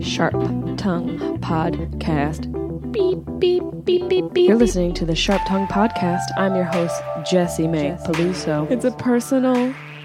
Sharp Tongue Podcast. Beep, beep, beep, beep, beep. You're listening to the Sharp Tongue Podcast. I'm your host, Jessie Mae Peluso. It's a personal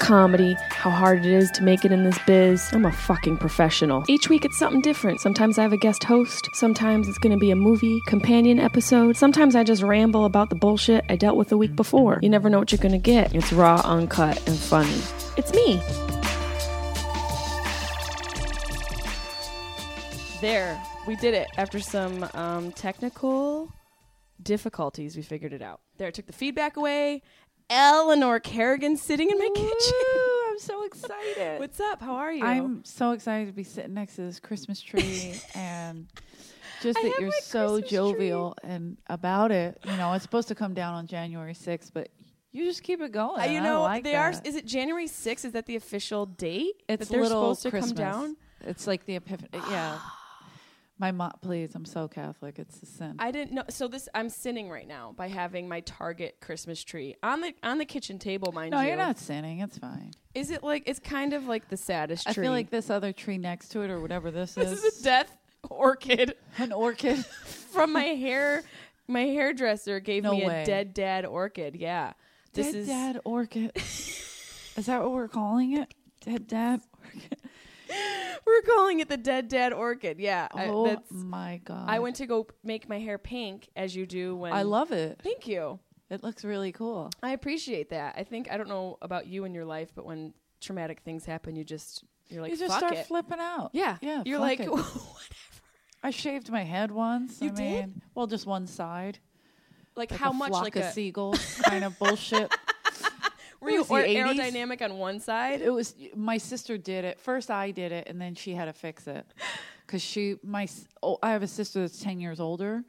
comedy, how hard it is to make it in this biz. I'm a fucking professional. Each week it's something different. Sometimes I have a guest host, sometimes it's gonna be a movie companion episode, sometimes I just ramble about the bullshit I dealt with the week before. You never know what you're gonna get. It's raw, uncut, and funny. It's me. There, we did it. After some um, technical difficulties, we figured it out. There, I took the feedback away. Eleanor Kerrigan sitting in my kitchen. I'm so excited. What's up? How are you? I'm so excited to be sitting next to this Christmas tree and just I that have you're my so Christmas tree. jovial and about it. You know, it's supposed to come down on January 6th, but you just keep it going. Uh, you I know, like they are. that. Is it January 6th? Is that the official date? it's that they're little supposed to Christmas. come down? It's like the epiphany. yeah. My mom, please. I'm so Catholic. It's a sin. I didn't know. So this, I'm sinning right now by having my Target Christmas tree on the on the kitchen table, mind no, you. you're not sinning. It's fine. Is it like it's kind of like the saddest I tree? feel like this other tree next to it, or whatever this, this is a death orchid an orchid. from my hair. My hairdresser gave No me way. a dead dad orchid. Yeah, this Dead is Dad Orchid. is that what we're calling it? Dead Dad Orchid. we're calling it the dead dad orchid. Yeah, I- oh that's- my god! I went to go make my hair pink as you do when I love it. Thank you. It looks really cool. I appreciate that. I think I don't know about you in your life, but when traumatic things happen, you just you're like you just fuck start it. flipping out. yeah, yeah. You're fuck like it. whatever. I shaved my head once. You I did? mean, well, just one side. Like, Like how a much flock like of a seagulls kind of bullshit. were you was the or 80s? aerodynamic on one side? It was my sister did it first. I did it, and then she had to fix it because she my s- oh, I have a sister that's ten years older,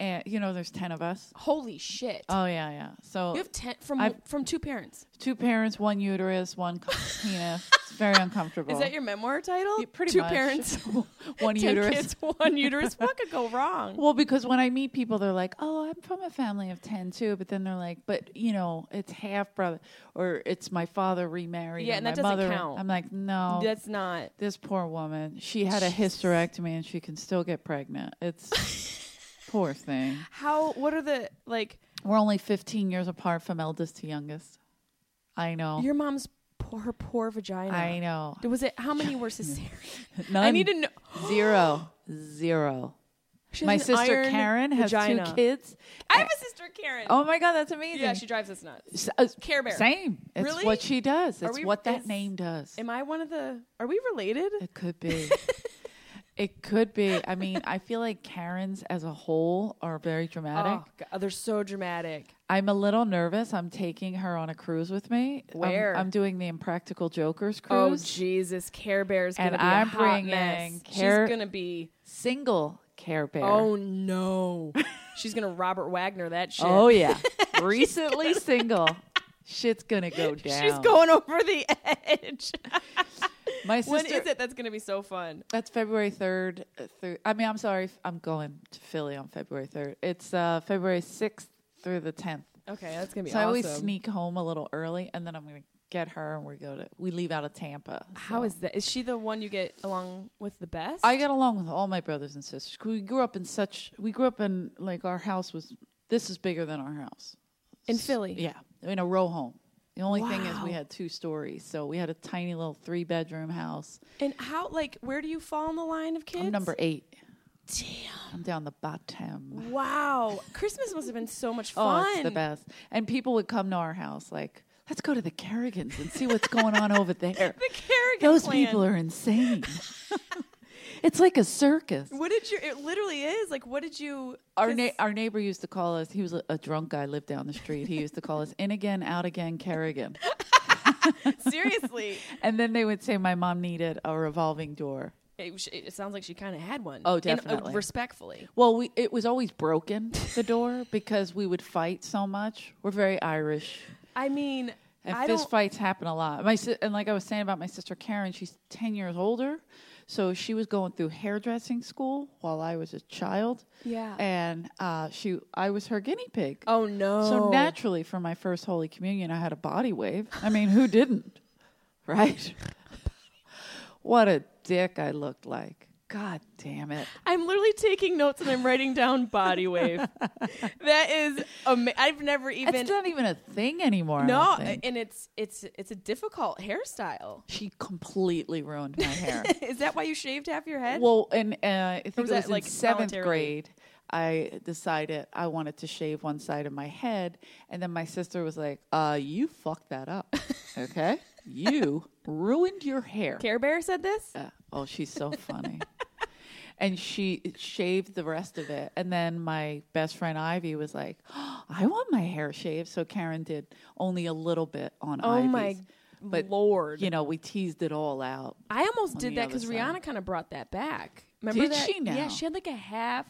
and you know there's ten of us. Holy shit! Oh yeah, yeah. So you have ten from I've- from two parents. two parents, one uterus, one co- penis. It's very uncomfortable. Is that your memoir title? Yeah, pretty two much. parents, one ten uterus? kids, one uterus. What could go wrong? Well, because when I meet people, they're like, "Oh, I'm from a family of ten too," but then they're like, "But you know, it's half brother, or it's my father remarried." Yeah, and my that doesn't mother." count. I'm like, "No, That's not. this poor woman. She had a hysterectomy, and she can still get pregnant. It's poor thing. How? What are the like? We're only 15 years apart from eldest to youngest. I know. Your mom's poor, her poor vagina. I know. Um, Was it how many were cesarean? I None. need to know. Zero. Zero. She has My an sister iron Karen has vagina. two kids. I have a sister Karen. Oh my god, that's amazing. yeah, she drives us nuts. S- uh, Care Bear. Same. It's Really? what she does. Are It's we- what that is- name does. Am I one of the? Are we related? it could be. it could be. I mean, I feel like Karens as a whole are very dramatic. Oh, God, they're so dramatic. I'm a little nervous. I'm taking her on a cruise with me. I'm- Where? I'm, doing the Impractical Jokers Oh cruise. Jesus, Care Bear's gonna And be I'm a hot bringing mess. Care- She's gonna be. Single Care Bear. Oh no, she's gonna Robert Wagner that shit. Oh, yeah. Recently single. Shit's gonna go down. She's going over the edge. My when sister. is it? That's gonna be so fun. That's February third. uh, Through I mean, I'm sorry, f- I'm going to Philly on February third. It's uh, February sixth through the tenth. Okay, that's gonna be. So awesome. I always sneak home a little early, and then I'm gonna get her, and we go to we leave out of Tampa. How is that? Is she the one you get along with the best? I get along with all my brothers and sisters. 'cause We grew up in such. We grew up in like our house was. This is bigger than our house. in Philly. Yeah, in a row home. The only thing is we had two stories, so we had a tiny little three bedroom house. And how? Like, where do you fall in the line of kids? I'm number eight. Damn. I'm down the bottom. Wow. Christmas must have been so much Oh, fun. it's the best. And people would come to our house like let's go to the Kerrigans and see what's going on over there. The Kerrigan Those plan. people are insane. it's like a circus. What did your? It literally is like. What did you? Our, 'cause- na- our neighbor used to call us, he was a, a drunk guy, lived down the street. He used to call us in again, out again, Kerrigan. seriously. And then they would say my mom needed a revolving door. It, sh- it sounds like she kind of had one. Oh, And, uh, definitely. respectfully. Well, we it was always broken the door because we would fight so much. We're very Irish, I mean, and I fist don't. fights happen a lot. My si- and like I was saying about my sister Karen, she's ten years older, so she was going through hairdressing school while I was a child. Yeah. and uh, she I was her guinea pig. Oh no. So naturally, for my first Holy Communion, I had a body wave. I mean, who didn't? Right? what a dick I looked like. God damn it. I'm literally taking notes and I'm writing down body wave. that is, ama- I've never even It's not even a thing anymore. I no, don't think. and it's it's it's a difficult hairstyle. she completely ruined my hair. Is that why you shaved half your head? well, and uh, I think was it that, was in like, seventh voluntarily? grade. I decided I wanted to shave one side of my head, and then my sister was like, "Uh, you fucked that up, okay? you ruined your hair." Care Bear said this. Yeah. Oh, she's so funny. and she shaved the rest of it. And then my best friend Ivy was like, "Oh, I want my hair shaved. So Karen did only a little bit on Oh, Ivy's. my Lord. You know, we teased it all out. I almost did the that other because side. Rihanna kind of brought that back. Remember Did that? she Yeah, now? she had like a half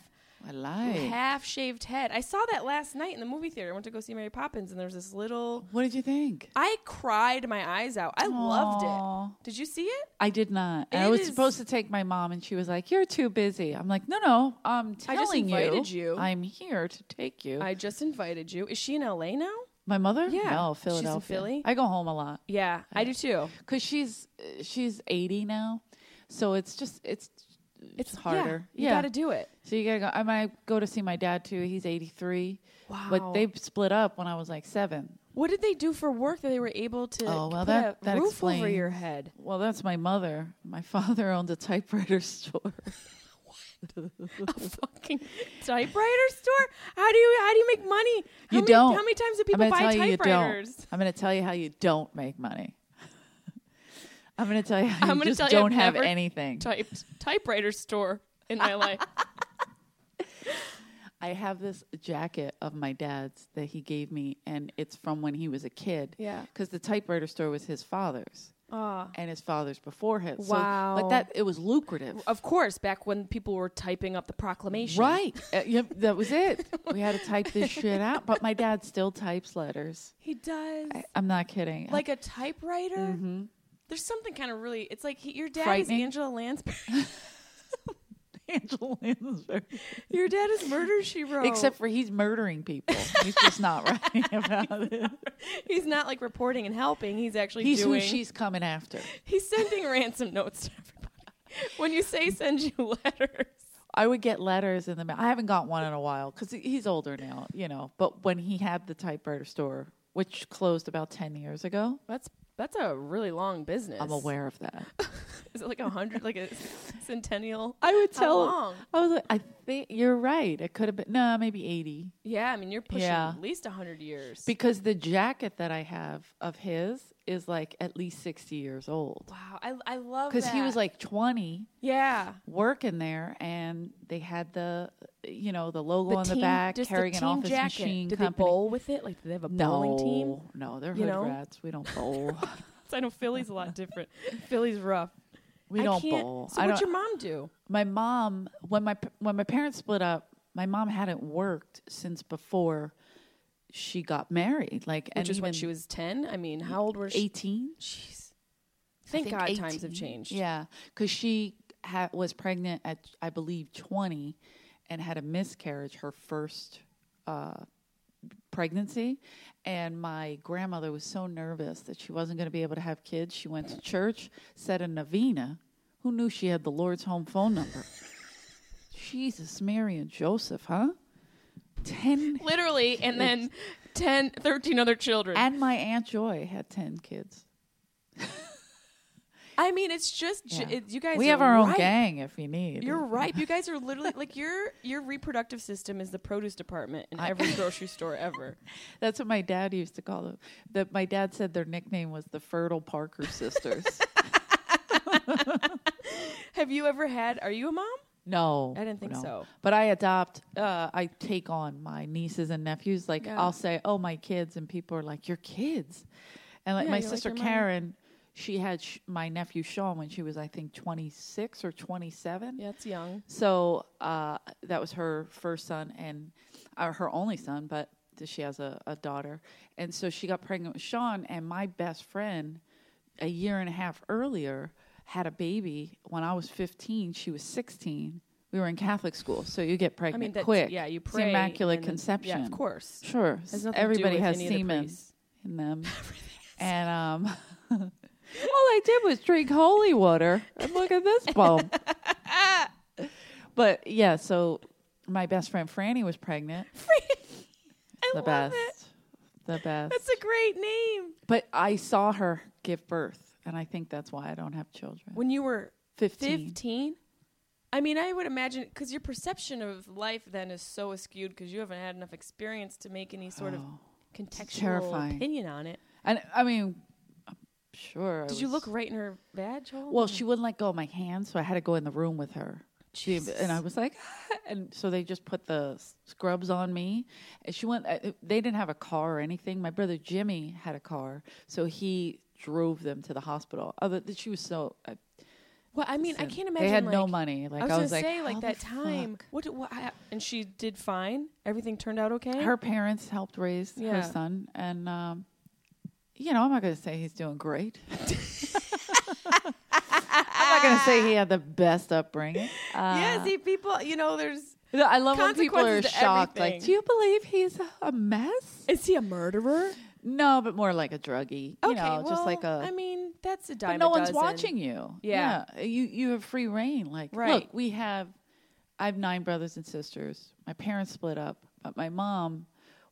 I lied. half shaved head. I saw that last night in the movie theater. I went to go see Mary Poppins, and there was this little. what did you think? I cried my eyes out. I loved Aw. it. Did you see it? I did not. And I It was is- supposed to take my mom, and she was like, "You're too busy." I'm like, "No, no. I'm I telling just invited you, you. I'm here to take you." I just invited you. Is she in LA now? my mother? Yeah. no, She's in Philadelphia. Philly? I go home a lot. Yeah, I do too. because she's uh, she's 80 now so it's just it's it's harder Yeah, you got to do it. so you gotta go i might go to see my dad too he's 83 but they split up when i was like seven What did they do for work that they were able to Oh, well, put that- a that roof over explains. your head? well that's my mother my father owned a typewriter store Fucking typewriter store? How do you how do you make money? How you many, don't How many times do I'm people gonna buy tell you you don't. typewriters? i'm gonna tell you how you don't make money i'm gonna tell you how you I'm gonna just tell you I've don't have never anything Typed typewriter store in my life. I have this jacket of my dad's that he gave me, and it's from when he was a kid. Yeah. Because the typewriter store was his father's. Ah. And his father's before him. So, Wow. Oh, but that, it was lucrative. Of course, back when people were typing up the proclamation. Right. Uh, yep, that was it. We had to type this shit out. But my dad still types letters. He does. I'm not kidding. like a typewriter. There's something kind of really. It's like he, your dad is Mm-hmm. Frightening. Angela Lansbury. Angela Lansbury. your dad is Murder She Wrote. Except for he's murdering people. He's just not writing about it. he's not like reporting and helping. He's actually He's doing. who she's coming after. he's sending ransom notes to everybody. When you say send you letters, I would get letters in the mail. I haven't got one in a while because he's older now, you know. But when he had the typewriter store, which closed about 10 years ago, that's that's a really long business. I'm aware of that. Is it like a hundred, like a centennial? I would How tell long? I was like, I think you're right. It could have been, no, maybe 80. Yeah, I mean you're pushing Yeah. at least a hundred years. Because the jacket that I have of his is like at least 60 years old. wow, I I love Because he was that. like 20 yeah. working there and they had the, you know, the logo on team- the back, just the carrying an team office jacket. machine Did company. they bowl with it? Like, do they have a bowling team? No, they're you hood know? rats. We don't bowl. I know Philly's a lot different. Philly's rough. we I don't can't- bowl. So I what'd don't- your mom do? my mom when my p- when my parents split up, my mom hadn't worked since before she got married. Like and Which is when even she was ten. I mean, how old was she? eighteen. Jeez. Thank think God times have 18. changed. Yeah, because she ha- was pregnant at I believe twenty, and had a miscarriage her first uh, pregnancy. And my grandmother was so nervous that she wasn't going to be able to have kids. She went to church, said a novena. Who knew she had the Lord's home phone number? Jesus, Mary, and Joseph, huh? Ten. Literally, and then 10, 13 other children. And my aunt Joy had ten kids. I mean, it's just j Yeah. it, you guys. we are have our own ripe. gang if you need. You're ripe. You guys are literally like your your reproductive system is the produce department in I- every grocery store ever. That's what my dad used to call them. That my dad said their nickname was the Fertile Parker Sisters. Have you ever had? Are you a mom? no, I didn't think no. so. But I adopt. Uh, I take on my nieces and nephews. Like Yeah. I'll say, "Oh, my kids," and people are like, "Your kids," and like Yeah, my you're like sister your mom. Karen. She had sh- my nephew Sean when she was, I think, 26 or 27. Yeah, it's young. So uh, that was her first son and uh, her only son, but she has a, a daughter. And so she got pregnant with Sean, and my best friend, a year and a half earlier, had a baby when I was 15. She was 16. We were in Catholic school, so you get I pregnant mean, that's, quick. Yeah, you It's pray. immaculate and then- conception. Yeah, of course. Sure. Has nothing to do Everybody with has any of the semen priests. in them. and um, all I did was drink holy water. And look at this bump. but yeah, so my best friend Franny was pregnant. I the love best. it. The best. That's a great name. but I saw her give birth, and I think that's why I don't have children. When you were 15. 15? I mean, I would imagine because your perception of life then is so askewed because you haven't had enough experience to make any sort of contextual Oh, terrifying. opinion on it. And I mean, I'm sure. I Did you was- look right in her badge? hole? Well, she wouldn't let go of my hand, so I had to go in the room with her. She, and I was like, "Ah," and so they just put the scrubs on me. And she went. I- They didn't have a car or anything. My brother Jimmy had a car, so he drove them to the hospital. Other, she was so. I, well, I mean, I can't imagine. they had no like- money. Like I was, I was gonna like, say, "How like the that time. fuck?" What, did- what? I- And she did fine. Everything turned out okay. Her parents helped raise Yeah. her son, and um, you know, I'm not going to say he's doing great. I'm not going to say he had the best upbringing. uh, yeah. See, people, you know, there's. No, I love when people are Consequences to shocked. Like, everything. do you believe he's a- a mess? Is he a murderer? No, but more like a druggie. You okay, know, well, just like a. I mean, that's a dime. but a no one's dozen. watching you. Yeah. you you have free reign. Like, Right. look, we have. I have nine brothers and sisters. My parents split up, but my mom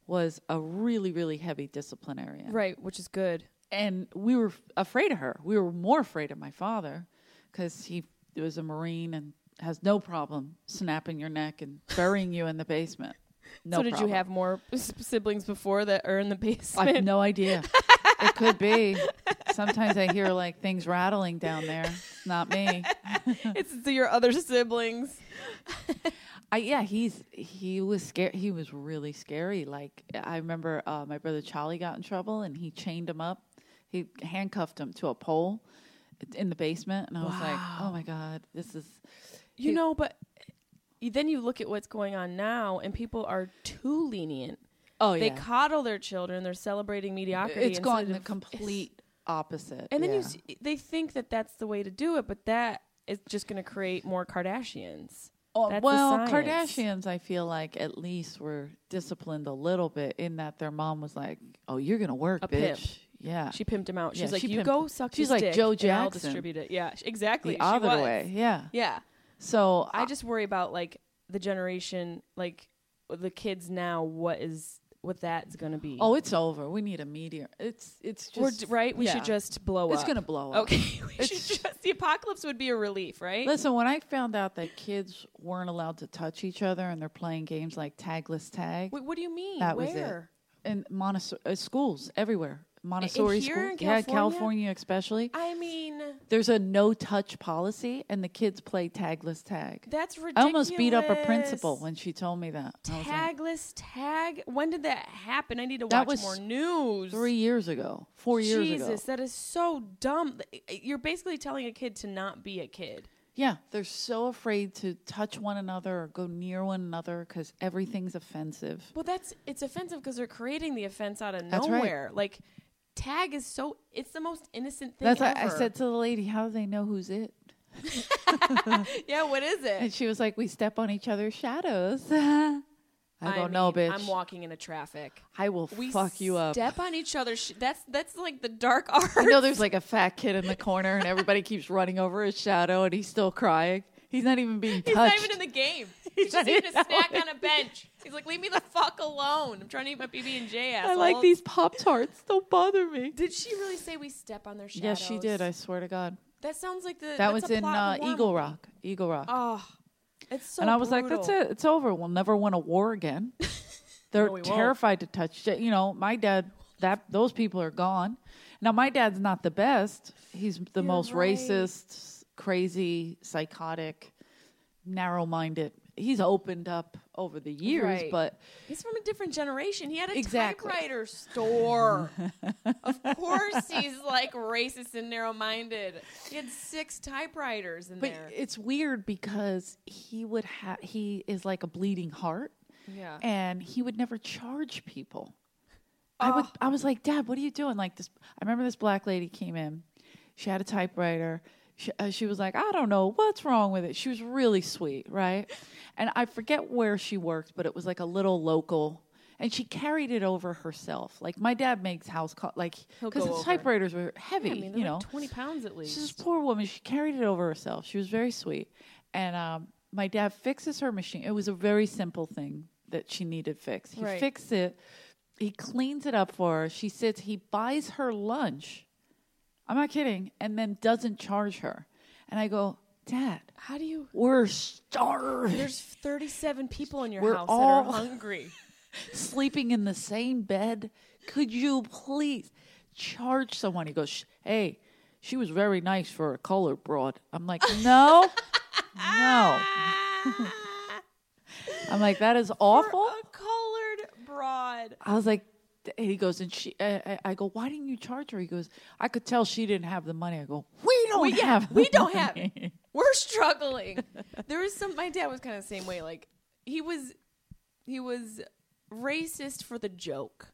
was a really, really heavy disciplinarian Right, which is good. and we were f- afraid of her. We were more afraid of my father because he was a Marine and has no problem snapping your neck and burying you in the basement. No so did problem. you have more s- siblings before that are in the I basement? have no idea. it could be. Sometimes I hear like things rattling down there. It's not me. it's the- your other siblings. I yeah, he's he was scared. He was really scary. Like I remember uh, my brother Charlie got in trouble and he chained him up. He handcuffed him to a pole in the basement, and I was like, oh my god, this is. You know, but you- then you look at what's going on now, and people are too lenient. Oh they yeah, coddle their children. They're celebrating mediocrity. it's instead gone the of- complete opposite. And then you yeah. s- they think that that's the way to do it, but that is just going to create more Kardashians. Oh, That's the well, science. Kardashians, I feel like at least were disciplined a little bit in that their mom was like, "Oh, you're gonna work, A bitch." pimp. Yeah, She pimped him out. She's Yeah, like, she you pimped- go suck. she's his like dick, Joe and I'll Jackson. distribute it. Yeah, sh- exactly. the She other was. way. Uh, Yeah. Yeah. So I just worry about like the generation, like the kids now. What is what that's going to be? Oh, it's over. We need a meteor. It's it's We're just d- right. We yeah. should just blow It's up. gonna blow up. Okay, we should It's- just the apocalypse would be a relief, right? Listen, when I found out that kids weren't allowed to touch each other and they're playing games like tagless tag, Wait, what do you mean? that was Where? it. And Montessori uh, schools everywhere, Montessori here schools, in yeah, California? California especially. I mean, There's a no touch policy, and the kids play tagless tag. that's ridiculous. I almost beat up a principal when she told me that. I was like, Tagless tag. When did that happen? I need to watch That was more news. three years ago, four years Jesus, ago. that is so dumb. eh, You're basically telling a kid to not be a kid. Yeah, they're so afraid to touch one another or go near one another because everything's offensive. Well, that's it's offensive because they're creating the offense out of That's right. nowhere. Like, tag is so it's the most innocent thing. That's ever. what I said to the lady, how do they know who's it? yeah, what is And it? she was like, we step on each other's shadows. I don't know, mean, bitch. I'm walking into traffic. I will fuck you up. Step on each other. Sh- that's that's like the dark art. I know there's like a fat kid in the corner and everybody keeps running over his shadow and he's still crying. He's not even being He's touched. not even in the game. He's just not eating a even snack on a bench. He's like, leave me the fuck alone. I'm trying to eat my PB and J. I like these Pop Tarts. Don't bother me. Did she really say we step on their shadows? Yes, she did. I swear to God. That sounds like the That that's was a in uh, plot in Eagle War- Rock. Eagle Rock. Oh, it's so. and I was brutal. like, that's it. It's over. We'll never win a war again. They're terrified to touch shit. You know, my dad. That those people are gone. Now my dad's not the best. He's the most right. racist, crazy, psychotic, narrow-minded. He's opened up over the years, Right. but He's from a different generation. He had a Exactly. typewriter store. of course, he's like racist and narrow-minded. He had six typewriters in but there. it's weird because he would have he is like a bleeding heart. yeah. and he would never charge people. I would. Oh. I was like, Dad, what are you doing? Like this. I remember this black lady came in. She had a typewriter. She, uh, she was like, I don't know what's wrong with it. She was really sweet, right? And I forget where she worked, but it was like a little local. And she carried it over herself. Like my dad makes house call, like He'll because go the over. typewriters were heavy, Yeah, I mean, they're you like know, twenty pounds at She's this least. poor woman. She carried it over herself. She was very sweet. And um, my dad fixes her machine. It was a very simple thing that she needed fixed. He Right. fixed it. He cleans it up for her. She sits. He buys her lunch. I'm not kidding. And then doesn't charge her. And I go, Dad, How do you? we're starving. There's 37 people in your We're house all- that are hungry. Sleeping in the same bed. Could you please charge someone? He goes, "Sh- Hey, she was very nice for a colored broad. I'm like, No, no. I'm like, that is awful. A colored broad. I was like, and he goes, and she, I, I- I go, why didn't you charge her? He goes, I could tell she didn't have the money. I go, we don't yeah, have, the we don't have money. it. We're struggling. there was some. My dad was kind of the same way. Like he was, he was racist for the joke,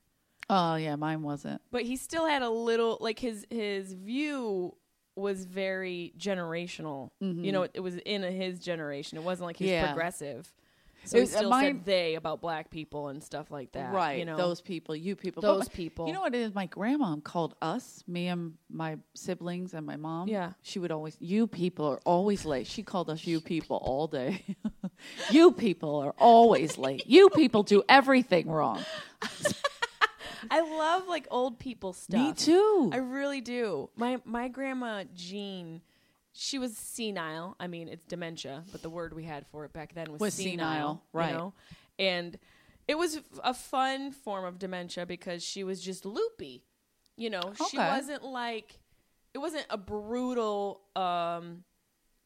Oh yeah, mine wasn't. but he still had a little. Like his his view was very generational. You know, it, it was in his generation. It wasn't like he was Mm-hmm. Yeah. progressive. So he was- uh, still mine- said they about black people and stuff like that. right. You know, Those people, you people, But Those my- people. You know what it is? My grandma called us, me and my siblings and my mom. Yeah. She would always, you people are always late. She called us you people all day. you people are always late. You people do everything wrong. I love like old people stuff. Me too. I really do. My my grandma Jean, she was senile. I mean, it's dementia, but the word we had for it back then was, Was senile, senile, right. You know? And it was f- a fun form of dementia because she was just loopy. You know, she Okay. wasn't like it wasn't a brutal um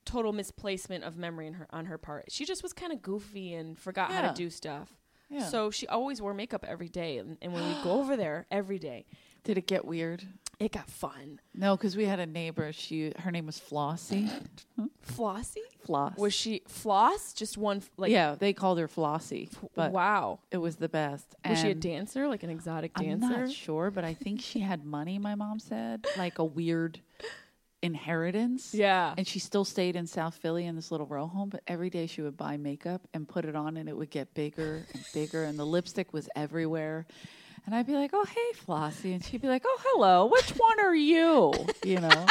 total misplacement of memory in her on her part. She just was kind of goofy and forgot how Yeah. to do stuff. Yeah. So she always wore makeup every day and, and when we go over there every day, Did it get weird? it got fun. No, because we had a neighbor. She her name was Flossie. Flossie? Floss. Was she floss? Just one f- like yeah, they called her Flossie, but wow. it was the best. Was she a And dancer? Like an exotic I'm dancer? not sure, but I think she had money. My mom said like a weird inheritance. Yeah. and she still stayed in South Philly in this little row home. But every day she would buy makeup and put it on, and it would get bigger and bigger, and the lipstick was everywhere. And I'd be like, "Oh, hey, Flossie," and she'd be like, "Oh, hello. Which one are you?" You know,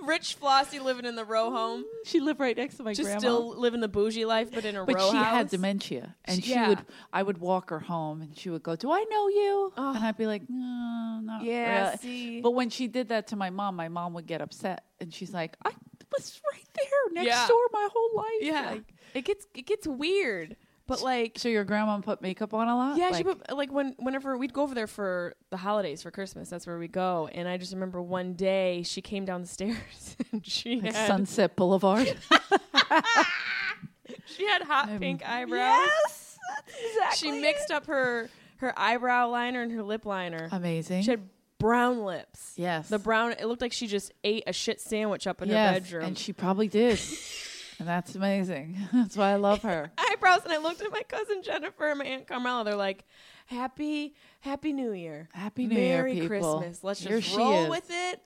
Rich Flossie living in the row home. she lived right next to my Just grandma. still living the bougie life, but in a But row she house. had dementia, and she yeah. would. I would walk her home, and she would go, "Do I know you?" And I'd be like, "No, not Oh. Yeah, really." see. But when she did that to my mom, my mom would get upset, and she's like, "I was right there next Yeah. door my whole life." Yeah. Like, it gets it gets weird. But like so your grandma put makeup on a lot. Yeah, she Like, put like when whenever we'd go over there for the holidays for Christmas, that's where we go. And I just remember one day she came downstairs and she like had Sunset Boulevard. she had hot pink eyebrows. yes, exactly. she mixed up her her eyebrow liner and her lip liner. Amazing. She had brown lips. Yes. The brown it looked like she just ate a shit sandwich up in Yes, her bedroom. and she probably did. and that's amazing. That's why I love her. eyebrows and I looked at my cousin Jennifer and my aunt Carmela. They're like, "Happy, happy New Year, Happy New Year, Merry people. Christmas. Let's Here just she roll is. with it.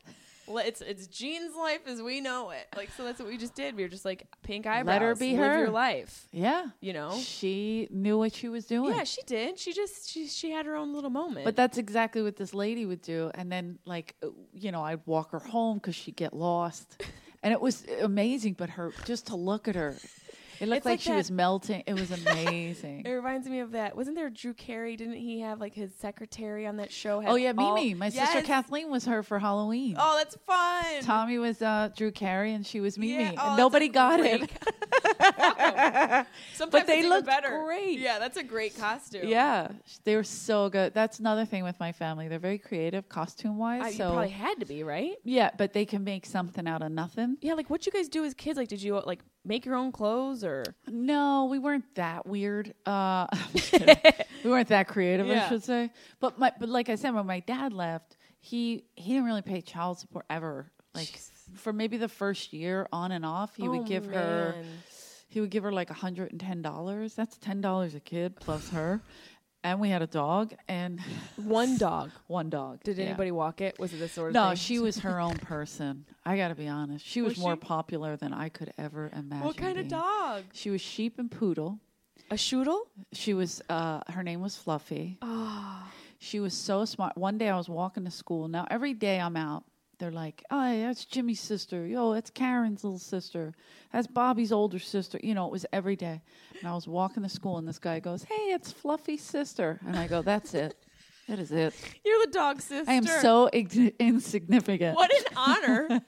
Let- It's it's Jean's life as we know it. Like so, that's what we just did. We were just like pink eyebrows. her be Live her. your life. Yeah, You know? she knew what she was doing. Yeah, she did. She just she she had her own little moment. But that's exactly what this lady would do. And then, like, uh, you know, I'd walk her home because she'd get lost. And it was amazing. But her, just to look at her, It looked It's like, like she that- was melting. It was amazing. It reminds me of that. Wasn't there Drew Carey? Didn't he have like his secretary on that show? had oh yeah, all- Mimi, my sister Yes. Kathleen was her for Halloween. Oh, that's fun. Tommy was uh, Drew Carey and she was Mimi. Yeah. and Oh, that's a Nobody got it. great co- Sometimes they it's even looked better. great. Yeah, that's a great costume. Yeah, they were so good. That's another thing with my family. They're very creative costume Uh, wise. you so probably had to be right. yeah, but they can make something out of nothing. Yeah, like what you guys do as kids? Like, did you like make your own clothes or? No, we weren't that weird. Uh, I'm just kidding. we weren't that creative, Yeah. I should say. But my, but like I said, when my dad left, he he didn't really pay child support ever. Like for maybe the first year on and off, he Oh, would give her he would give her like hundred and ten dollars. That's ten dollars a kid plus her, and we had a dog and one dog. one dog. Did Yeah. anybody walk it? Was it this sort of No, thing? she was her own person. I got to be honest. She was, Was more she? popular than I could ever imagine. What kind of being. dog? She was sheep and poodle. A shoodle? She was uh, her name was Fluffy. Ah. She was so smart. One day I was walking to school. Now every day I'm out, they're like, "Oh, yeah, that's Jimmy's sister. Yo, that's Karen's little sister. That's Bobby's older sister." You know, it was every day. And I was walking to school, and this guy goes, "Hey, it's Fluffy's sister," and I go, "That's it. That is it. You're the dog sister. I am so ig- insignificant." What an honor.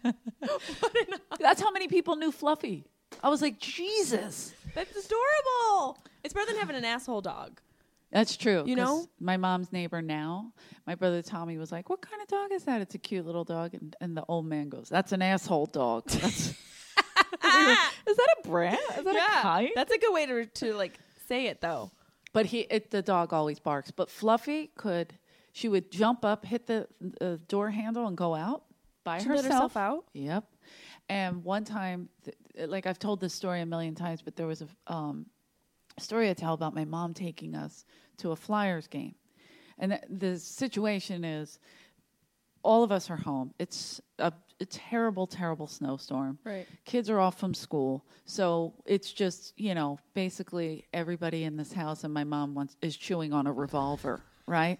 That's how many people knew Fluffy. I was like, Jesus. that's adorable. It's better than having an asshole dog. That's true. You 'cause know? my mom's neighbor now, my brother Tommy was like, "What kind of dog is that? It's a cute little dog." And, and the old man goes, "That's an asshole dog." That's, Ah. is that a brand? Is that a kind? that's a good way to to like say it though. But he, it, the dog always barks. But Fluffy could. She would jump up, hit the uh, door handle, and go out by She let herself. herself out? Yep. And one time, th- like I've told this story a million times, but there was a um, story I tell about my mom taking us to a Flyers game, and th- the situation is. All of us are home. It's a, a terrible, terrible snowstorm Right. kids are off from school so it's just you know basically everybody in this house and my mom wants is chewing on a revolver right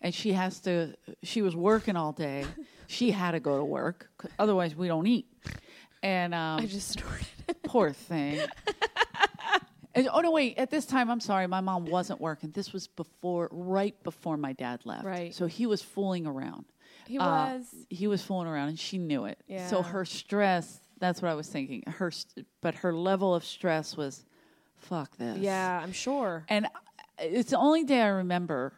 and she has to she was working all day she had to go to work 'cause otherwise we don't eat and um, I just snorted. poor thing and, oh no wait at this time i'm sorry my mom wasn't working this was before right before my dad left Right. so he was fooling around Uh, He was. he was fooling around and she knew it so Yeah. her stress that's what i was thinking her st- but her level of stress was fuck this Yeah, I'm sure. and I- it's the only day i remember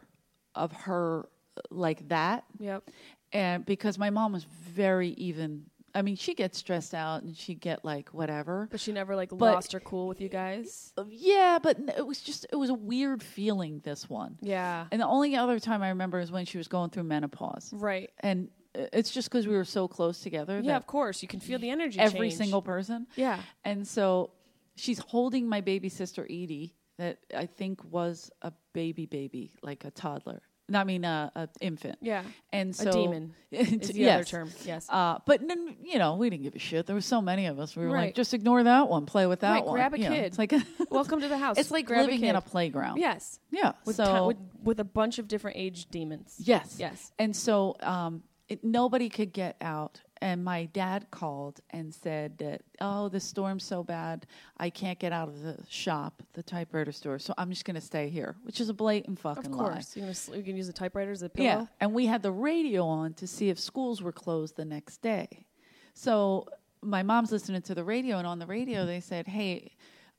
of her like that Yep. and because my mom was very even i mean she gets stressed out and she get like whatever But she never like But- lost her cool with you guys. yeah but n- it was just it was a weird feeling this one Yeah. and the only other time i remember is when she was going through menopause Right. and uh, it's just because we were so close together Yeah, that of course. You can feel the energy. every change. single person. Yeah. And so she's holding my baby sister Edie, that I think was a baby baby, like a toddler. No, I mean, uh, a infant. Yeah. And so demon it's- is the other term. Yes. Uh, but then you know we didn't give a shit. There were so many of us. We were Right. like, just ignore that one, play with that Right, one. grab a You know, kid. it's like Welcome to the house. It's like Grab a living kid. in a playground. Yes. Yeah. With, so ti- with with a bunch of different age demons. Yes. Yes. And so um, it, nobody could get out. And my dad called and said that, oh, the storm's so bad, I can't get out of the shop, the typewriter store. So I'm just going to stay here, which is a blatant fucking Of lie. course. You can, sl- you can use the typewriter as a pillow. Yeah. And we had the radio on to see if schools were closed the next day. So my mom's listening to the radio, and on the radio, they said, Hey,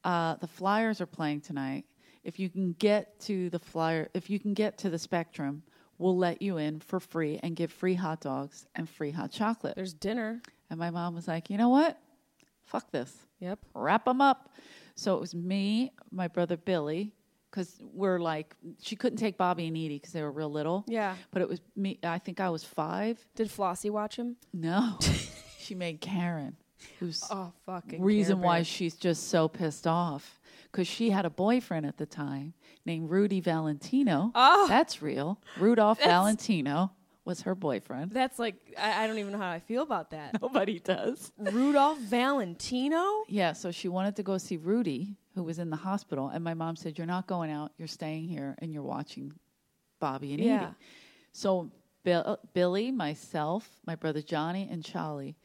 uh, the Flyers are playing tonight. If you can get to the flyer, if you can get to the Spectrum, we'll let you in for free and give free hot dogs and free hot chocolate. There's dinner. And my mom was like, You know what? Fuck this Yep. wrap them up. So it was me, my brother Billy, because we're like, she couldn't take Bobby and Edie because they were real little. Yeah. But it was me, I think I was five. Did Flossie watch him? No. she made Karen, who's Oh, fucking Care reason why Bear. she's just so pissed off because she had a boyfriend at the time named Rudy Valentino. Oh. That's real. Rudolph Valentino was her boyfriend. That's like I, I don't even know how I feel about that. Nobody does. Rudolph Valentino. Yeah, so she wanted to go see Rudy, who was in the hospital, and my mom said, "You're not going out. You're staying here, and you're watching Bobby and Yeah. Edie." So Bill, Billy, myself, my brother Johnny, and Charlie,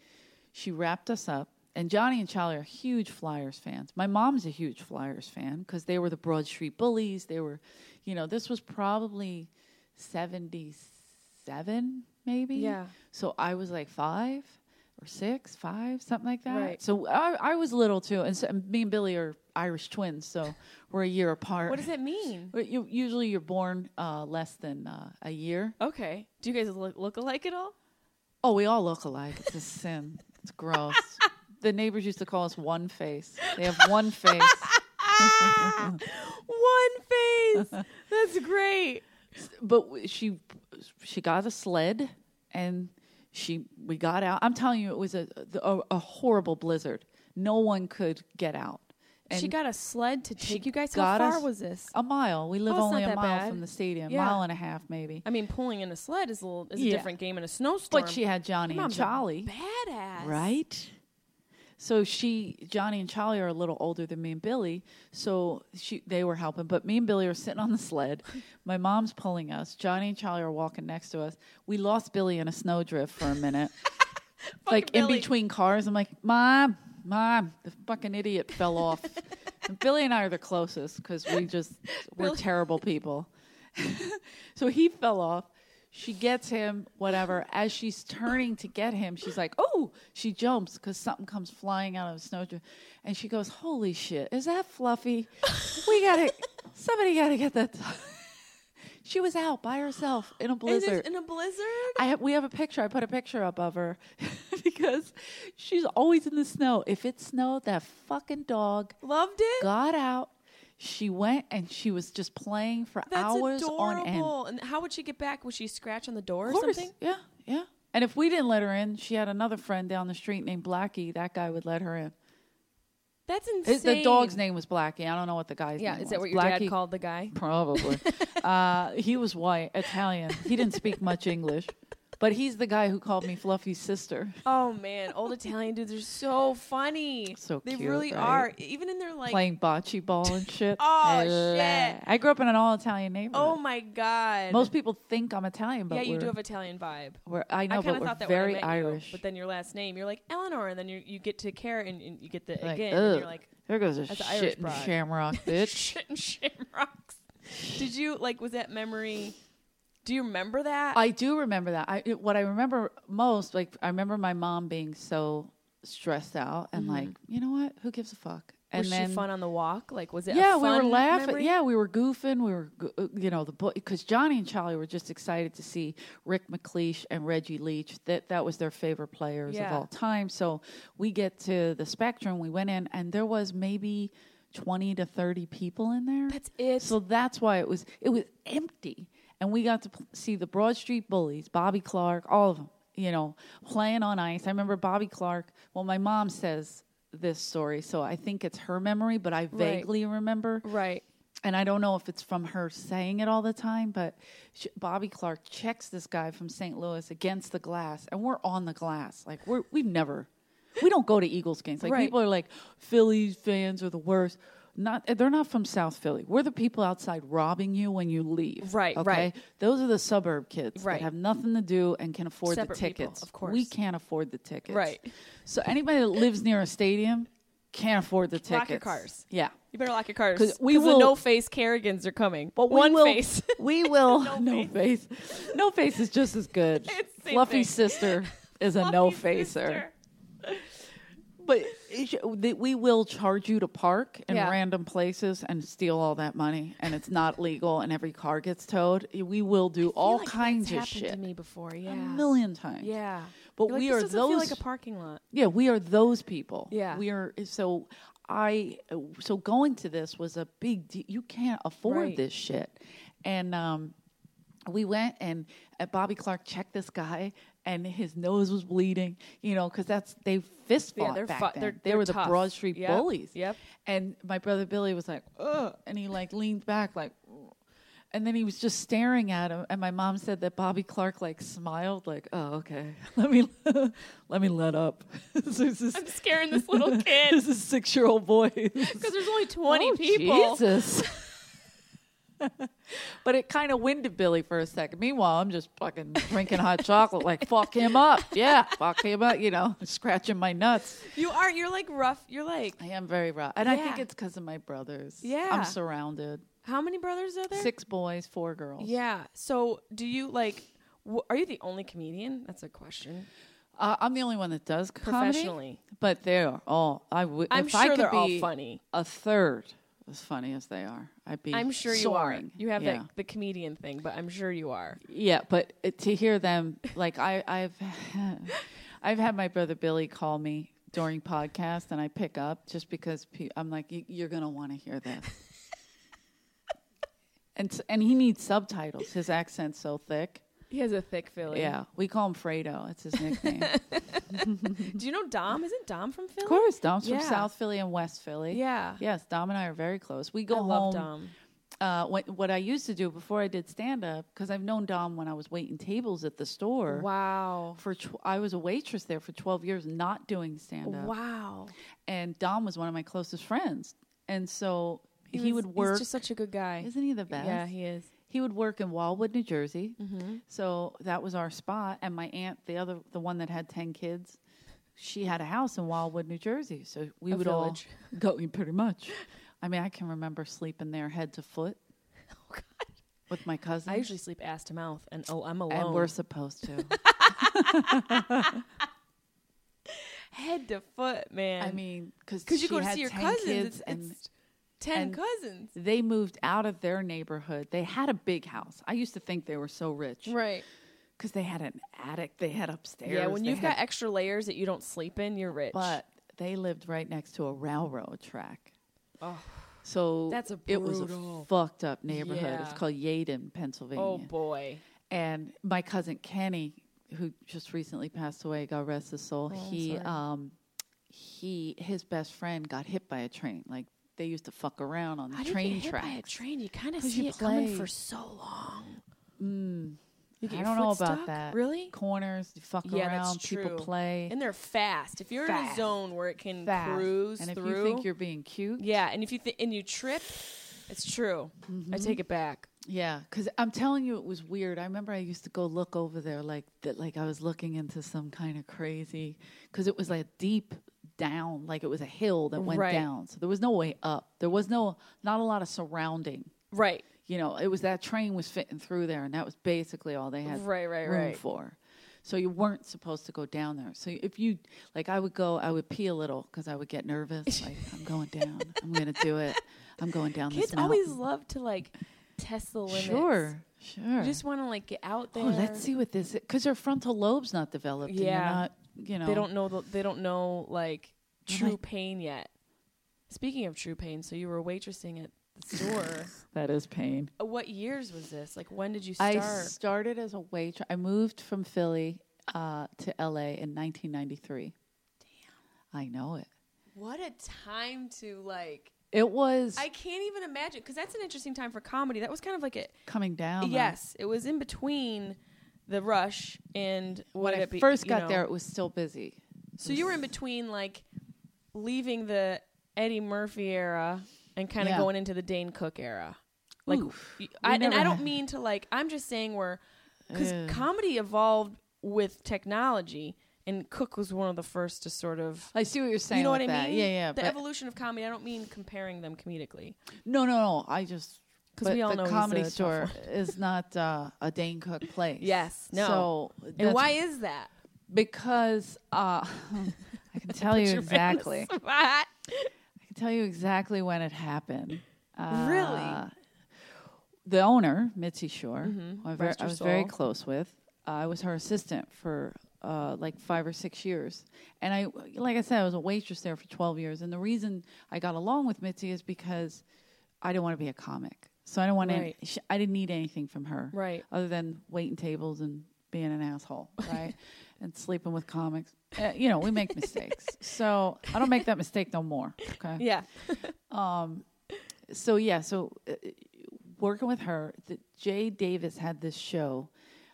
she wrapped us up And Johnny and Charlie are huge Flyers fans. My mom's a huge Flyers fan because they were the Broad Street Bullies. They were, you know, this was probably 77, maybe. Yeah. So I was like five or six, five, something like that. Right. So I, I was little too. And so, me and Billy are Irish twins, so we're a year apart. What does that mean? But you, usually you're born uh, less than uh, a year. Okay. Do you guys look, look alike at all? Oh, we all look alike. It's a sin. It's gross. the neighbors used to call us one face. They have one face. Ah! One face. That's great. But w- she she got a sled and she we got out. I'm telling you, it was a a, a horrible blizzard. No one could get out. And she got a sled to take you guys. How got far us was this? A mile. We live Oh, it's only not a that mile bad. from the stadium. Yeah. Mile and a half, maybe. I mean, pulling in a sled is a little is Yeah. a different game in a snowstorm. But she had Johnny Your and mom's a Charlie. badass, Right? So she, Johnny and Charlie are a little older than me and Billy, so she they were helping. But me and Billy are sitting on the sled. My mom's pulling us. Johnny and Charlie are walking next to us. We lost Billy in a snowdrift for a minute, like in Billy. between cars. I'm like, Mom, Mom, the fucking idiot fell off. And Billy and I are the closest because we just we're terrible people. So he fell off. She gets him, whatever. As she's turning to get him, she's like, oh, she jumps because something comes flying out of the snowdrift. And she goes, holy shit, is that Fluffy? We got to, somebody got to get that. she was out by herself in a Is blizzard. this in a blizzard? I have, we have a picture. I put a picture up of her because she's always in the snow. If it snowed, that fucking dog Loved it. got out. She went and she was just playing for That's hours on end. adorable. And how would she get back? Would she scratch on the door or Of course. something? Yeah, yeah. And if we didn't let her in, she had another friend down the street named Blackie. That guy would let her in. That's insane. His- the dog's name was Blackie. I don't know what the guy's Yeah, name is that what was. your Blackie- dad called the guy? Probably. uh, he was white, Italian. He didn't speak much English, but he's the guy who called me Fluffy's sister. Oh man, old Italian dudes are so funny. So they cute, really right? are. Even in their like, Playing bocce ball and shit. Oh, Hello. shit. I grew up in an all Italian neighborhood. oh my god. Most people think I'm Italian, but yeah, you we're- do have Italian vibe. we're, I know, I kind but of we're thought that very when I met you, Irish. but then your last name, you're like Eleanor, and then you you get to Kara, and, and you get the like, again, and ugh, you're like there goes a that's an Irish shit and broad. shamrock, bitch. shit and shamrocks. Did you like? Was that memory? Do you remember that? I do remember that. I it- what I remember most, like I remember my mom being so stressed out and like, you know what? Who gives a fuck? And Mm-hmm. was she fun on the walk? Like, was it? a yeah, we were fun laughing. memory? Yeah, we were goofing. We were, go- uh, you know, the boy because Johnny and Charlie were just excited to see Rick McLeish and Reggie Leach. That that was their favorite players of Yeah. all time. So we get to the Spectrum. We went in, and there was maybe twenty to thirty people in there. That's it. So that's why it was it was empty, and we got to pl- see the Broad Street Bullies, Bobby Clark, all of them. You know, playing on ice. I remember Bobby Clark. Well, my mom says this story, so I think it's her memory, but I vaguely vaguely remember. Right. And I don't know if it's from her saying it all the time, but sh Bobby Clark checks this guy from St. Louis against the glass, and we're on the glass. Like we're we've never, we don't go to Eagles games. Like Right. people are like, Phillies fans are the worst. Not they're not from South Philly. We're the people outside robbing you when you leave. Right, right. Those are the suburb kids Right. that have nothing to do and can afford Separate the people, tickets. of course. we can't afford the tickets. Right. So anybody that lives near a stadium can't afford the tickets. Lock your cars. Yeah. You better lock your cars 'Cause because we the will- no face Kerrigans are coming. But We one will- face. We will. no, face. No face is just as good. It's the same Fluffy's thing. sister is a no facer. Sister. But it sh- that we will charge you to park in Yeah. random places and steal all that money, and it's not legal, and every car gets towed. We will do all feel like kinds that's of happened shit. to me before. Yeah. A million times. Yeah. But You're like, we this are doesn't feel like those- a parking lot. Yeah, we are those people. Yeah. we are. So I, so going to this was a big. De- you can't afford Right. this shit, and um, we went and uh, Bobby Clark checked this guy, and his nose was bleeding. You know, because that's they fist Yeah, fought they're back fu- then. they're- they they're were tough. the Broad Street Yep, bullies. yep. And my brother Billy was like, ugh, and he like leaned back like. "Ugh." And then he was just staring at him, and my mom said that Bobby Clark like smiled, like, "Oh, okay, let me let me let up." So it's this- I'm scaring this little this kid is six year old boy. Oh, because there's only 20 Oh, people. Jesus. But it kind of winded Billy for a second. Meanwhile, I'm just fucking drinking hot chocolate, like fuck him up. Yeah, fuck him up. You know, scratching my nuts. You are. You're like rough. You're like. I am very rough, and I think Yeah. it's because of my brothers. Yeah. I'm surrounded. How many brothers are there? Six boys, four girls. Yeah. So do you like? W- are you the only comedian? That's a question. Uh, I'm the only one that does comedy, Professionally. but they're all. I would. I'm if I sure could they're all be funny. A third as funny as they are. I'd be. I'm sure you are. soaring. You have yeah. that the comedian thing, but I'm sure you are. Yeah, but uh, to hear them, like I, I've, I've had my brother Billy call me during podcast, and I pick up just because pe- I'm like, "You- you're gonna want to hear this. and s- and he needs subtitles. His accent's so thick. He has a thick Philly. Yeah, we call him Fredo. It's his nickname. of Do you know Dom? Isn't Dom from Philly? course, Dom's Yeah. from South Philly and West Philly. Yeah. Yes, Dom and I are very close. We go I home. love Dom. uh, what, what I used to do before I did stand up, because I've known Dom when I was waiting tables at the store. Wow. For tw- I was a waitress there for 12 years, not doing stand up. Wow. And Dom was one of my closest friends. And so he, was- would work. He's just such a good guy. Isn't he the best? Yeah, he is. Mm-hmm. He would work in Wildwood, New Jersey. So that was our spot. And my aunt, the other, the one that had ten kids, she had a house in Wildwood, New Jersey. So we A would village. all go pretty much. I mean, I can remember sleeping there head to foot Oh God. with my cousin. I usually sleep ass to mouth, Mm-hmm. and oh, I'm alone. and we're supposed to. head to foot, man. I mean, because because you go to see your cousins. it's, and it's ten and- cousins. they moved out of their neighborhood. They had a big house. I used to think they were so rich Right. because they had an attic. They had upstairs. Yeah. When they you've had- got extra layers that you don't sleep in, you're rich. but they lived right next to a railroad track. So Oh, That's a it was brutal- a fucked up neighborhood. It's Yeah. called Yaden, Pennsylvania. oh boy. and my cousin Kenny, who just recently passed away, God rest his soul. Oh, he, um, he, his best friend got hit by a train. Like they used to fuck around on the How do you train get hit track. by a train? You kind of 'Cause see you it coming play. for so long. You get I your don't foot know about stuck? that. Really? corners, you fuck Yeah, around, that's true. people play and they're fast. If you're in a Fast. zone where it can fast. cruise and if through, you think you're being cute, yeah, and if you th- and you trip, it's true. Mm-hmm. I take it back. Yeah, because I'm telling you, it was weird. I remember I used to go look over there, like that, like I was looking into some kind of crazy, because it was like deep down, like it was a hill that went Right. down. So there was no way up. There was no, not a lot of surrounding. Right. You know, it was that train was fitting through there, and that was basically all they had Right, right, room right. for. So you weren't supposed to go down there. So if you like, I would go, I would pee a little because I would get nervous. Like I'm going down. I'm gonna do it. I'm going down Kids this mountain. always love to like test the limits. sure, sure. You just want to like get out there. Oh, let's see what this because your frontal lobe's not developed. Yeah. Yeah, you know. They don't know. The, they don't know like true Oh, like- pain yet. Speaking of true pain, so you were waitressing at the store. That is pain. Uh, what years was this? Like when did you start? I started as a waitress. I moved from Philly uh, to LA in 1993. Damn. I know it. what a time to like. It was I can't even imagine because that's an interesting time for comedy. That was kind of like it. coming down. though. Yes, it was in between the rush and what When I it be, first you got know. there, it was still busy. So you were in between like leaving the Eddie Murphy era and kind of Yeah. going into the Dane Cook era. Like, Oof. y- We I, and never I don't had- mean to like. I'm just saying we're because Ugh. comedy evolved with technology, and Cook was one of the first to sort of. I see what you're saying. you know what with I that. mean? Yeah, yeah. The but- evolution of comedy. I don't mean comparing them comedically. no, no, no. I just 'Cause but we all the know he's comedy a tough store is not uh, a Dane Cook place. Yes, no. So And that's why is that? Because uh, I can tell you exactly. I can tell you exactly when it happened. really? Uh, the owner, Mitzi Shore, who I, ver- Rest I her was very soul. close with. I was her assistant for uh, like five or six years, and I, like I said, I was a waitress there for twelve years. And the reason I got along with Mitzi is because I didn't want to be a comic, so I didn't want Right. to. Sh- I didn't need anything from her, Right. Other than waiting tables and being an asshole, right? and sleeping with comics. Uh, you know, we make mistakes, so I don't make that mistake no more. Okay yeah. so yeah, so uh, working with her, the, Jay Davis had this show,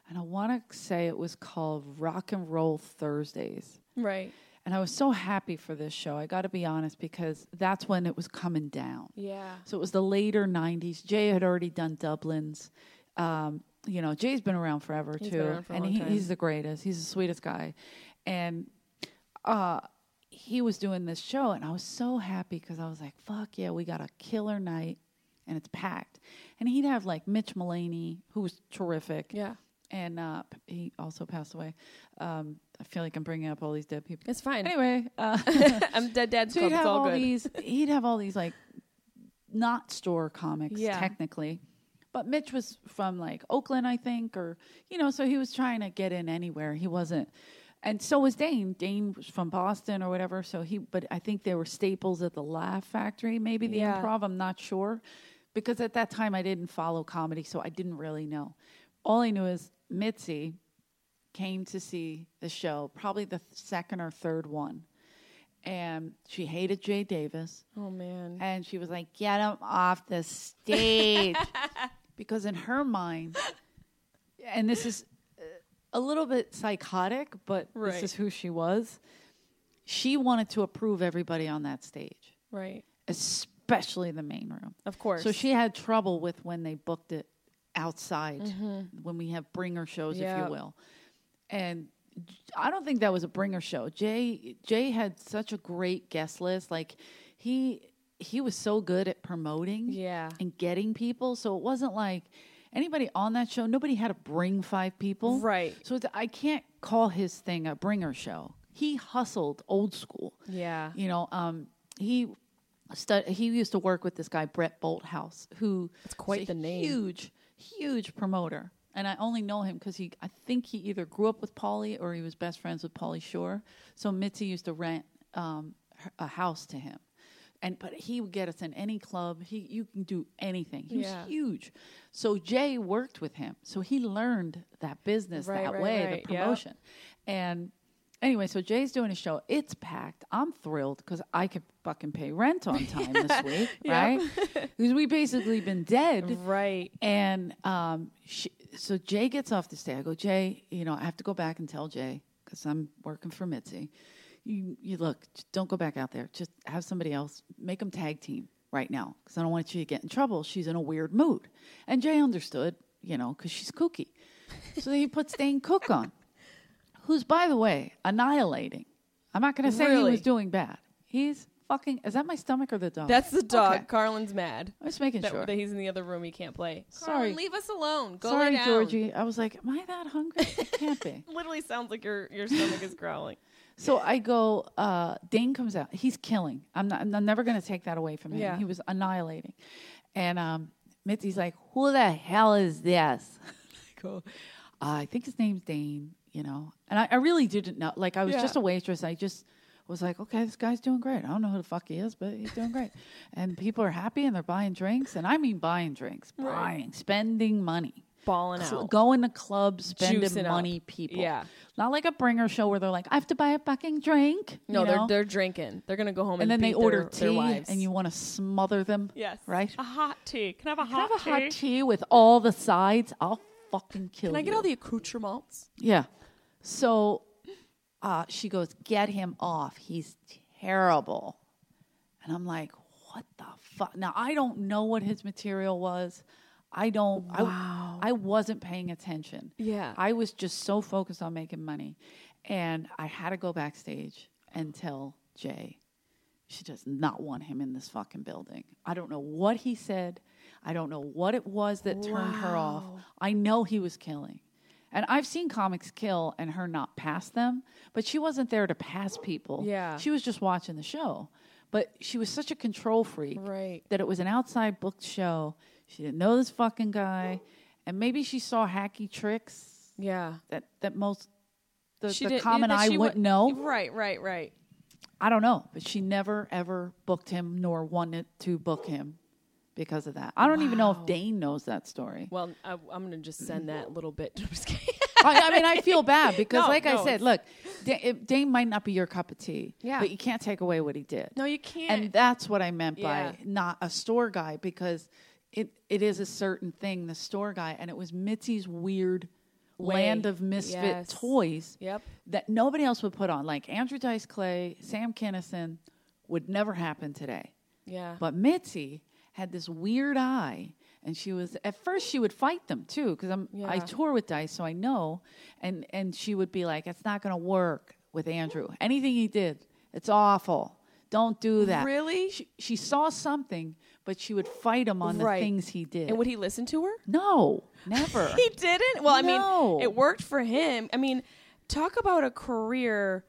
and I want to say it was called Rock and Roll Thursdays, Right. And I was so happy for this show. I got to be honest because that's when it was coming down. Yeah. So it was the later 90s. Jay had already done Dublin's. Um, you know, Jay's been around forever He's too. been around for a and long he, time. he's the greatest. He's the sweetest guy. And uh, he was doing this show, and I was so happy because I was like, fuck yeah, we got a killer night and it's packed. And he'd have like Mitch Mullaney, who was terrific. Yeah. And uh, p- he also passed away. Um, I feel like I'm bringing up all these dead people. It's fine. Anyway, uh, I'm dead. Dad's so club. he'd It's have all all good. these. He'd have all these like not store comics Yeah. technically, but Mitch was from like Oakland, I think, or you know, so he was trying to get in anywhere. He wasn't, and so was Dane. Dane was from Boston or whatever. So he, but I think they were staples at the Laugh Factory, maybe the Yeah. Improv. I'm not sure because at that time I didn't follow comedy, so I didn't really know. All I knew is Mitzi came to see the show, probably the th- second or third one. And she hated Jay Davis. oh man. And she was like, get him off the stage. because in her mind, and this is uh, a little bit psychotic, but Right. this is who she was. She wanted to approve everybody on that stage, Right. especially the main room. Of course. So she had trouble with when they booked it outside, Mm-hmm. when we have bringer shows, if Yeah. you will. And J- I don't think that was a bringer show. Jay Jay had such a great guest list. Like he he was so good at promoting Yeah. and getting people. So it wasn't like anybody on that show, nobody had to bring five people. Right. So it's, I can't call his thing a bringer show. He hustled old school. Yeah. You know, um, he stu- he used to work with this guy Brett Bolthouse, who it's quite the name. Huge, huge promoter, and I only know him because he. I think he either grew up with Paulie or he was best friends with Paulie Shore. So Mitzi used to rent um, her- a house to him, and but he would get us in any club. He you can do anything. He Yeah. was huge. So Jay worked with him, so he learned that business Right, that right, way, right. Yep. the promotion. And anyway, so Jay's doing a show. It's packed. I'm thrilled because I could fucking pay rent on time this week, right? Because we basically been dead. Right. And um, she, so Jay gets off the stage. I go, Jay, you know, I have to go back and tell Jay because I'm working for Mitzi. You, you look, j- don't go back out there. Just have somebody else make them tag team right now because I don't want you to get in trouble. She's in a weird mood. And Jay understood, you know, because she's kooky. So then he puts Dane Cook on, who's, by the way, annihilating. I'm not going to say he Really? was doing bad. He's fucking. Is that my stomach or the dog? That's the dog. Okay. Carlin's mad. I'm just making That, sure. that he's in the other room. He can't play. Sorry. Carlin, leave us alone. Go Sorry, lay down. Georgie. I was like, am I that hungry? It can't be. Literally sounds like your your stomach is growling. So I go. Uh, Dane comes out. He's killing. I'm not. I'm never going to take that away from him. Yeah. He was annihilating. And um, Mitzi's like, "Who the hell is this?" I go. Uh, I think his name's Dane. You know. And I, I really didn't know. Like I was Yeah. just a waitress. I just was like, "Okay, this guy's doing great. I don't know who the fuck he is, but he's doing great." and people are happy and they're buying drinks, and I mean buying drinks, buying, spending money. Balling Cl- out. Go in the club, spend Juicing up. money, people. Yeah. Not like a bringer show where they're like, I have to buy a fucking drink. No, you they're know? they're drinking. They're gonna go home and, and then they beat order their, tea their wives. and you want to smother them. yes Right? a hot tea. Can I have a Can I hot have a hot tea? tea with all the sides? I'll fucking kill Can I get you. all the accoutrements? Yeah. So uh, she goes, Get him off. He's terrible. And I'm like, What the fuck? Now, I don't know what his material was. I don't, wow. I, I wasn't paying attention. Yeah. I was just so focused on making money. And I had to go backstage and tell Jay, she does not want him in this fucking building. I don't know what he said. I don't know what it was that turned her off. I know he was killing. And I've seen comics kill and her not pass them, but she wasn't there to pass people. Yeah. She was just watching the show. But she was such a control freak Right. that it was an outside booked show. She didn't know this fucking guy. And maybe she saw hacky tricks Yeah. that, that most the, She the didn't- common that eye she wa- wouldn't know. Right, right, right. I don't know, but she never ever booked him nor wanted to book him because of that. I don't even know if Dane knows that story. Well, I, I'm gonna just send that little bit. I'm just kidding. I, I mean, I feel bad because, No, like no, I said, it's- look, Da- if- Dane might not be your cup of tea, Yeah. but you can't take away what he did. No, you can't. And that's what I meant Yeah. by not a store guy because it it is a certain thing, the store guy, and it was Mitzi's weird. land of misfit Yes. toys Yep. that nobody else would put on. Like Andrew Dice Clay, Sam Kinison would never happen today. Yeah. But Mitzi had this weird eye, and she was at first she would fight them too because I'm I Yeah. tour with Dice, so I know, and and she would be like, "It's not going to work with Andrew. Anything he did, it's awful. Don't do that." Really? She, she saw something, but she would fight him on Right. the things he did. and would he listen to her? no, never. He didn't. Well, I No. mean, it worked for him. I mean, talk about a career.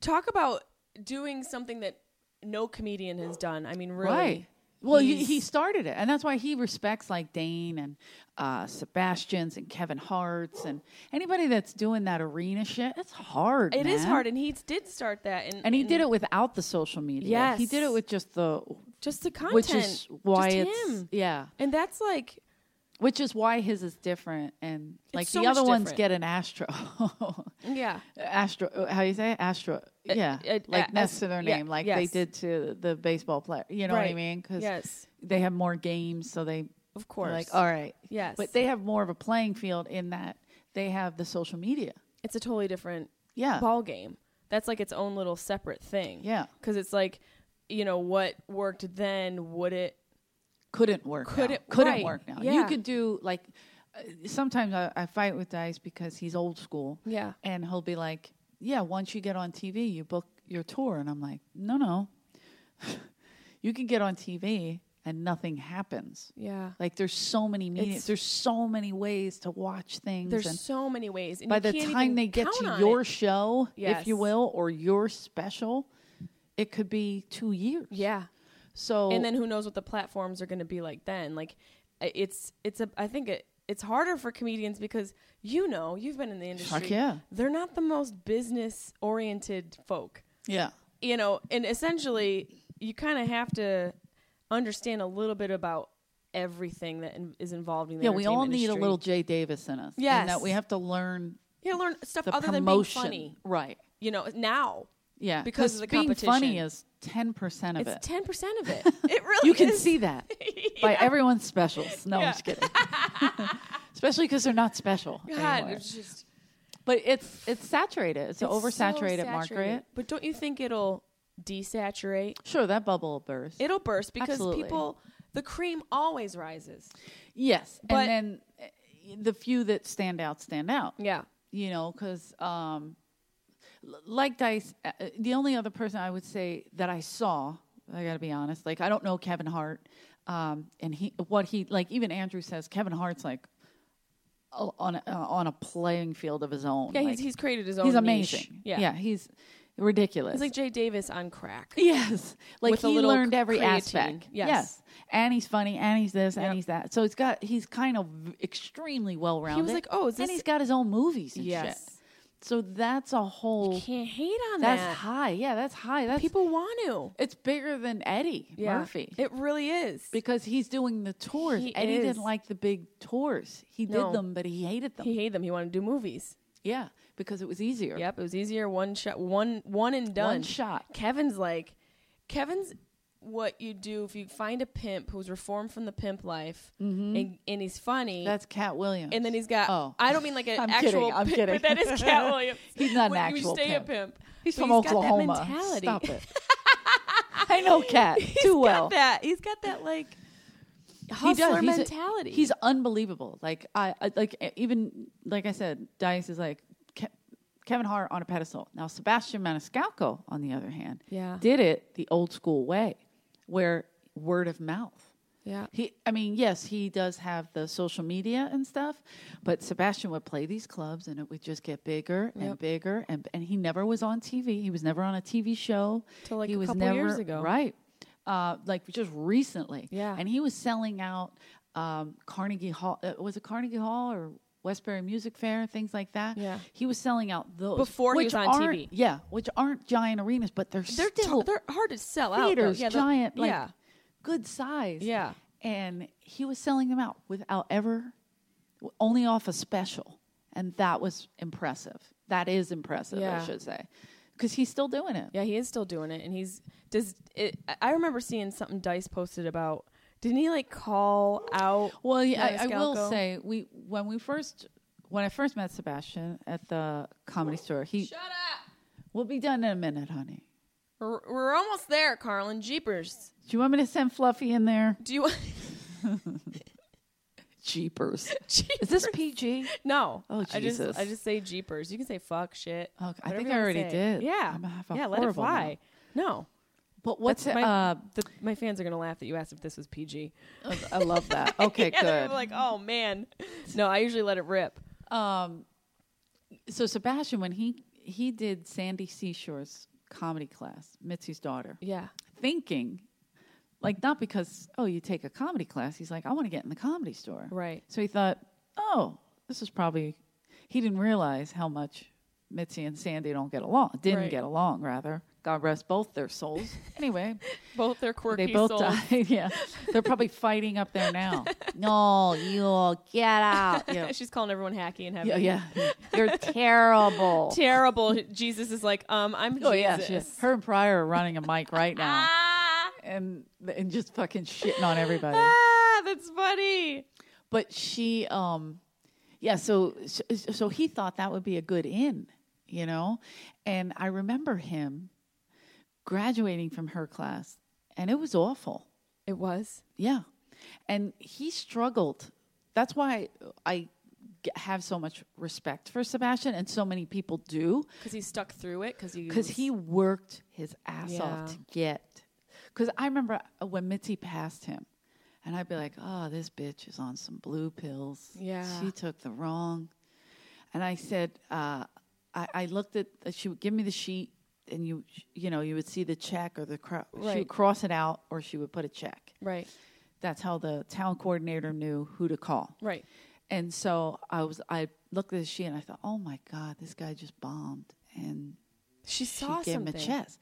Talk about doing something that no comedian has done. I mean, really. Right. Well, he, He's- he started it, and that's why he respects like Dane and uh, Sebastian's and Kevin Hart's and anybody that's doing that arena shit. It's hard. It is man. hard, and he did start that, and and he did it without the social media. he did it Yes. with just the, just the content, which is why just it's him. yeah, and that's like which is why his is different, and like so the other much ones different. get an astro, yeah, astro. uh, How you say it? astro? Yeah, uh, like uh, next to as- their yeah, name, like they yes. did to the baseball player. You know what I Right. mean? Because Yes. they have more games, so they of They're course. Like, all right. Yes. But they have more of a playing field in that they have the social media. it's a totally different Yeah. ball game. That's like its own little separate thing. Yeah. because it's like, you know, what worked then? Would it? Couldn't work. Could now. it- Couldn't right. work now. You Yeah. could do like uh, sometimes I, I fight with Dice because he's old school. Yeah. And he'll be like, "Yeah, once you get on TV, you book your tour." And I'm like, "No, no. you can get on TV and nothing happens." Yeah. Like there's so many media. It's- There's so many ways to watch things. There's and so many ways. And by you the can't time even they get count to on your it. show, if you Yes. will, or your special, it could be two years. yeah, So and then who knows what the platforms are going to be like then? Like, I- it's it's a. I think it it's harder for comedians because you know you've been in the industry. yeah. they're not the most business oriented folk. yeah, you know, and essentially, you kind of have to understand a little bit about everything that in- is involved in the yeah, we all entertainment need a industry. little Jay Davis in us. and that Yes. we have to learn You gotta learn stuff the other promotion, than being funny, right? you know. Now, Yeah, because of the being competition. funny is ten percent of it's it. ten percent of it. It really You can is. see that by everyone's specials. No, I'm Yeah. just kidding. Especially because they're not special. God, anymore. it's just But it's it's saturated. It's, an it's so saturated. oversaturated market. But don't you think it'll desaturate? Sure, that bubble will burst. It'll burst because Absolutely. people, the cream always rises. Yes, But- and then uh, the few that stand out stand out. Yeah, you know, because um, l- like Dice, uh, uh, the only other person I would say that I saw, I got to be honest, like I don't know Kevin Hart, um, and he what he like even Andrew says Kevin Hart's like o- on a, uh, on a playing field of his own. yeah. like, he's he's created his own. he's niche. amazing. Yeah, yeah, he's ridiculous. He's like Jay Davis on crack. Yes. Like With a he little learned every creatine. aspect. Yes. And he's funny and he's this and he's that. So it's got he's kind of extremely well rounded. like, oh, is and this- he's got his own movies and shit. Yes. So that's a whole Can't hate on that's that. high. Yeah, that's high. That's People want to. it's bigger than Eddie Murphy. It really is. because he's doing the tours. He Eddie is. didn't like the big tours. He No. did them, but he hated them. he hated them. He wanted to do movies. yeah. Because it was easier. Yep, it was easier one shot, one one and done. shot. Kevin's like, Kevin's what you do if you find a pimp who's reformed from the pimp life and, and he's funny. That's Cat Williams. and then he's got. Oh. I don't mean like an I'm kidding, actual. I'm pimp, kidding. But that is Cat Williams. He's not an When you actual stay pimp. a pimp. He's But from got that Oklahoma. mentality. Stop it. I know Cat too He's well. got that. He's got that like He does. hustler He's a- mentality. he's unbelievable. Like I, I like e- even like I said, Dice is like Ke- Kevin Hart on a pedestal. Now Sebastian Maniscalco, on the other hand, Yeah. did it the old school way, where word of mouth. yeah. He, I mean, yes, he does have the social media and stuff, but Sebastian would play these clubs, and it would just get bigger and bigger, and and he never was on TV. He was never on a TV show. Till, like, he a was couple years ago. right? Uh, like just recently, Yeah. And he was selling out um, Carnegie Hall. uh, Was it Carnegie Hall or Westbury Music Fair? Things like that. Yeah. he was selling out those Before he which was on aren't- TV. Yeah, which aren't giant arenas, but they're They're t- still they're hard to sell out. though. theaters, Oh, Yeah, they're- giant, like yeah. good size. Yeah. And he was selling them out without ever, only off a special. And that was impressive. That is impressive, I Yeah. should say. Because he's still doing it. Yeah, he is still doing it, and he's does it. I- I remember seeing something Dice posted about. Didn't he like call out? Well, yeah, I, I will Maniscalco? say we when we first when I first met Sebastian at the comedy store, he Shut up. we'll be done in a minute, honey. We're, we're almost there, Carlin. Jeepers. Do you want me to send Fluffy in there? Do you? Jeepers. Jeepers. Is this PG? No. Oh, I Jesus. just I just say jeepers. You can say fuck shit. Oh, I whatever think you I wanna already say. did. Yeah. I'm gonna have a yeah, let it horrible fly. No. But what's That's it- my, uh, the, my fans are gonna laugh that you asked if this was PG. I love that. Okay, yeah, they're good. like, oh man. No, I usually let it rip. um, so Sebastian, when he he did Sandy Seashore's comedy class, Mitzi's daughter, Yeah. thinking, like not because oh you take a comedy class, he's like I want to get in the comedy store, Right. So he thought, oh, this is probably. He didn't realize how much Mitzi and Sandy don't get along. Didn't Right. get along, rather. God rest both their souls. Anyway, Both their quirky they both souls. died. Yeah, they're probably fighting up there now. no, you get out. Yeah, She's calling everyone hacky and yeah, heaven. yeah. You're terrible. Terrible. Jesus is like, um, I'm Jesus. Oh yeah, shit. her and Pryor are running a mic right now, and and just fucking shitting on everybody. Ah, that's funny. But she, um, yeah. So so, so he thought that would be a good in, you know. And I remember him graduating from her class, and it was awful. It was. Yeah. And he struggled. That's why I g- have so much respect for Sebastian, and so many people do, Because he stuck through it. Because he. because he worked his ass Yeah. off to get. Because I remember uh, when Mitzi passed him, and I'd be like, oh, this bitch is on some blue pills. Yeah. She took the wrong. And I said, uh, I, I looked at, uh, she would give me the sheet, and you, you know, you would see the check or the, cro- she Right. would cross it out or she would put a check. Right. That's how the town coordinator knew who to call. Right. And so I was I looked at the sheet and I thought, oh my god, this guy just bombed and She she saw gave him a something. chest.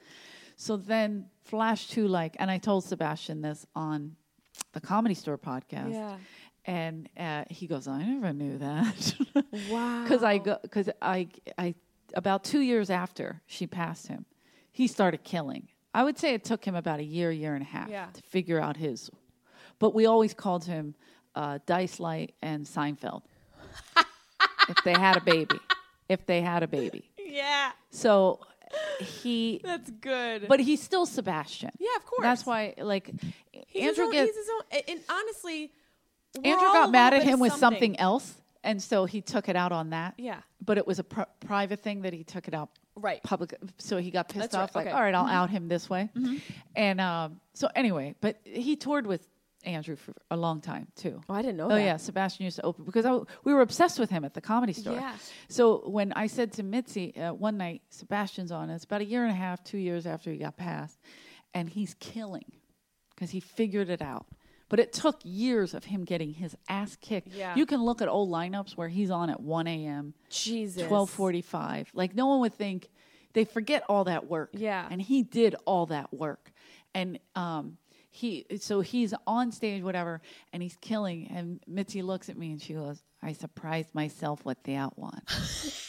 So then flash to like, and I told Sebastian this on the Comedy Store podcast. Yeah. And uh, he goes, I never knew that. Wow. Because I go, because I, I, about two years after she passed him, he started killing. I would say it took him about a year, year and a half Yeah. to figure out his. But we always called him uh, Dice Light and Seinfeld. if they had a baby, if they had a baby. Yeah. So he, That's good. but he's still Sebastian. Yeah, of course. That's why, like, he's his Andrew own, gets he's his own. And, and honestly, we're Andrew all a got little mad at bit him of with something else, and so he took it out on that. Yeah. but it was a pri private thing that he took it out Right. public. So he got pissed That's right, off, like, okay. Mm-hmm. all right, I'll out him this way. And um, so anyway, but he toured with Andrew for a long time too. Oh, I didn't know Oh that. yeah, Sebastian used to open because I, we were obsessed with him at the comedy store. Yeah. So when I said to Mitzi uh, one night, Sebastian's on. It's about a year and a half, two years after he got passed, and he's killing because he figured it out. But it took years of him getting his ass kicked. Yeah. You can look at old lineups where he's on at 1 a.m., Jesus. 12:45. Like no one would think they forget all that work. Yeah. And he did all that work. And um he so he's on stage whatever and he's killing and Mitzi looks at me and she goes, "I surprised myself with the outline."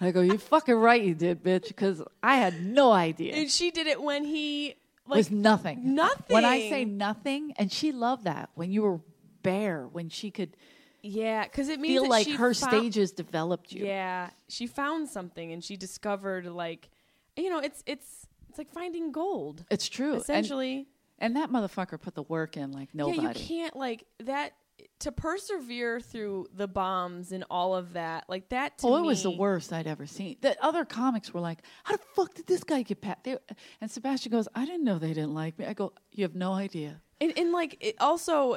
I go, "You fucking right you did, bitch, cuz I had no idea." And she did it when he like was nothing. When I say nothing. nothing, and she loved that when you were bare, when she could yeah, because it means feel that like she her found- stages developed you. Yeah, she found something and she discovered like, you know, it's it's it's like finding gold. It's true. And- essentially. And, that motherfucker put the work in like nobody. Yeah, you can't like that to persevere through the bombs and all of that. Like that. To Oh, it was the me- worst I'd ever seen. The other comics were like, "How the fuck did this guy get pat?" They, and Sebastian goes, "I didn't know they didn't like me." I go, "You have no idea." And, and like it also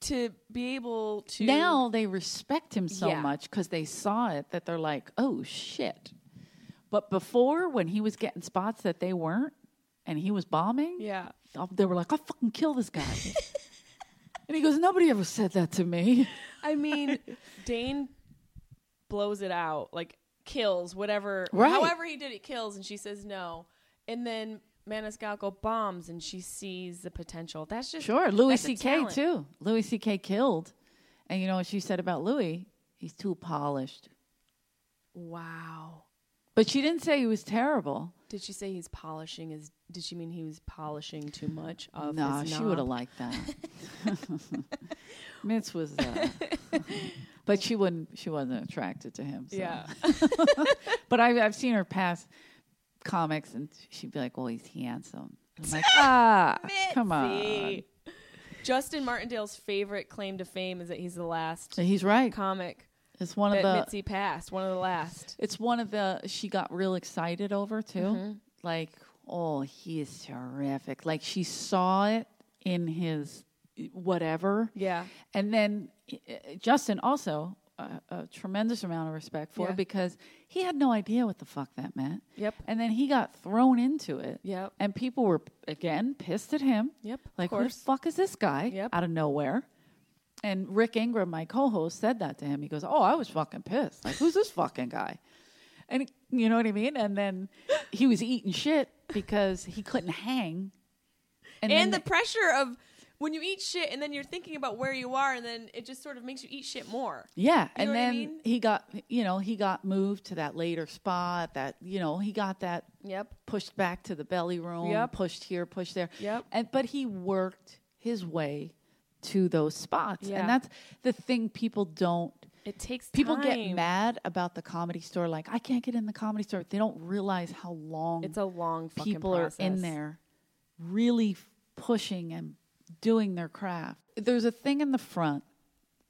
to be able to Now they respect him so Yeah. much because they saw it that they're like, "Oh shit!" But before, when he was getting spots that they weren't, and he was bombing, Yeah. uh, they were like, "I'll fucking kill this guy." and he goes, "Nobody ever said that to me." I mean, Dane blows it out, like kills whatever, Right. however he did it, kills, and she says no, and then Maniscalco bombs, and she sees the potential. That's just Sure, Louis that's a C.K. talent. too. Louis C.K. killed, and you know what she said about Louis? He's too polished. Wow. But she didn't say he was terrible. Did she say he's polishing his? Did she mean he was polishing too much of? No, his she knob? would have liked that. Mitz was. Uh, but she wouldn't. She wasn't attracted to him. So. Yeah. But I've I've seen her pass comics, and she'd be like, "Well, he's handsome." I'm like, ah, come on. Mitzi. Justin Martindale's favorite claim to fame is that he's the last And he's right. comic It's one of that the. Mitzi passed, one of the last. It's one of the. She got real excited over too. Mm-hmm. Like, oh, he is terrific. Like she saw it in his whatever. Yeah. And then uh, uh, Justin also uh, a tremendous amount of respect for Yeah. because he had no idea what the fuck that meant. Yep. And then he got thrown into it. Yep. And people were again pissed at him. Yep, of Like who the course. fuck is this guy? Yep. Out of nowhere. And Rick Ingram, my co-host, said that to him. He goes, "Oh, I was fucking pissed. Like, who's this fucking guy?" And you know what I mean. And then he was eating shit because he couldn't hang. then and the pressure of when you eat shit and then you're thinking about where you are and then it just sort of makes you eat shit more. Yeah, You and know what I then mean? he got you know he got moved to that later spot. That you know he got that Yep. pushed back to the belly room. Yep. pushed here, pushed there. Yep. and but he worked his way to those spots, Yeah. and that's the thing people don't. It takes People get time. mad about the comedy store, like I can't get in the comedy store. They don't realize how long It's a long fucking people are in process. there, really f- pushing and doing their craft. There's a thing in the front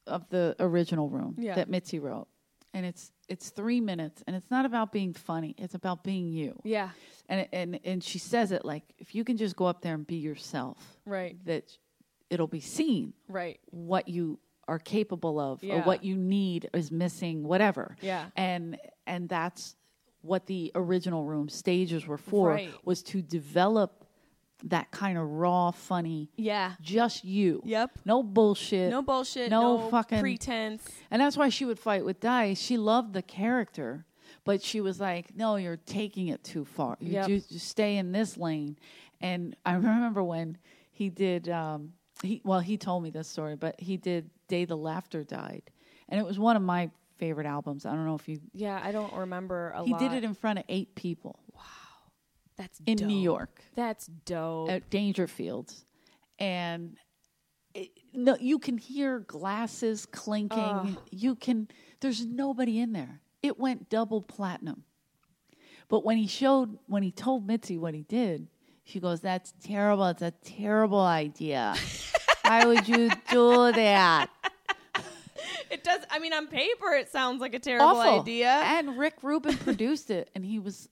of the original room Yeah. that Mitzi wrote, and it's it's three minutes, and it's not about being funny. It's about being you. Yeah. And and and she says it like if you can just go up there and be yourself, Right. That it'll be seen Right. what you are capable of or Yeah. what you need is missing whatever Yeah. and and that's what the original room stages were for Right. was to develop that kind of raw funny Yeah. just you Yep. no bullshit No bullshit. no, No, fucking pretense. and that's why she would fight with dice she loved the character but she was like no you're taking it too far you Yep. just, just stay in this lane and i remember when he did um he well he told me this story but he did day the laughter died and it was one of my favorite albums i don't know if you Yeah, I don't remember a he lot. did it in front of eight people That's in dope. new york That's dope. at Dangerfields, and it, no, you can hear glasses clinking. You can. There's nobody in there. It went double platinum. But when he showed, when he told Mitzi what he did, she goes, "That's terrible. It's a terrible idea. Why would you do that? it does. I mean, on paper, it sounds like a terrible idea. And Rick Rubin produced it, and he was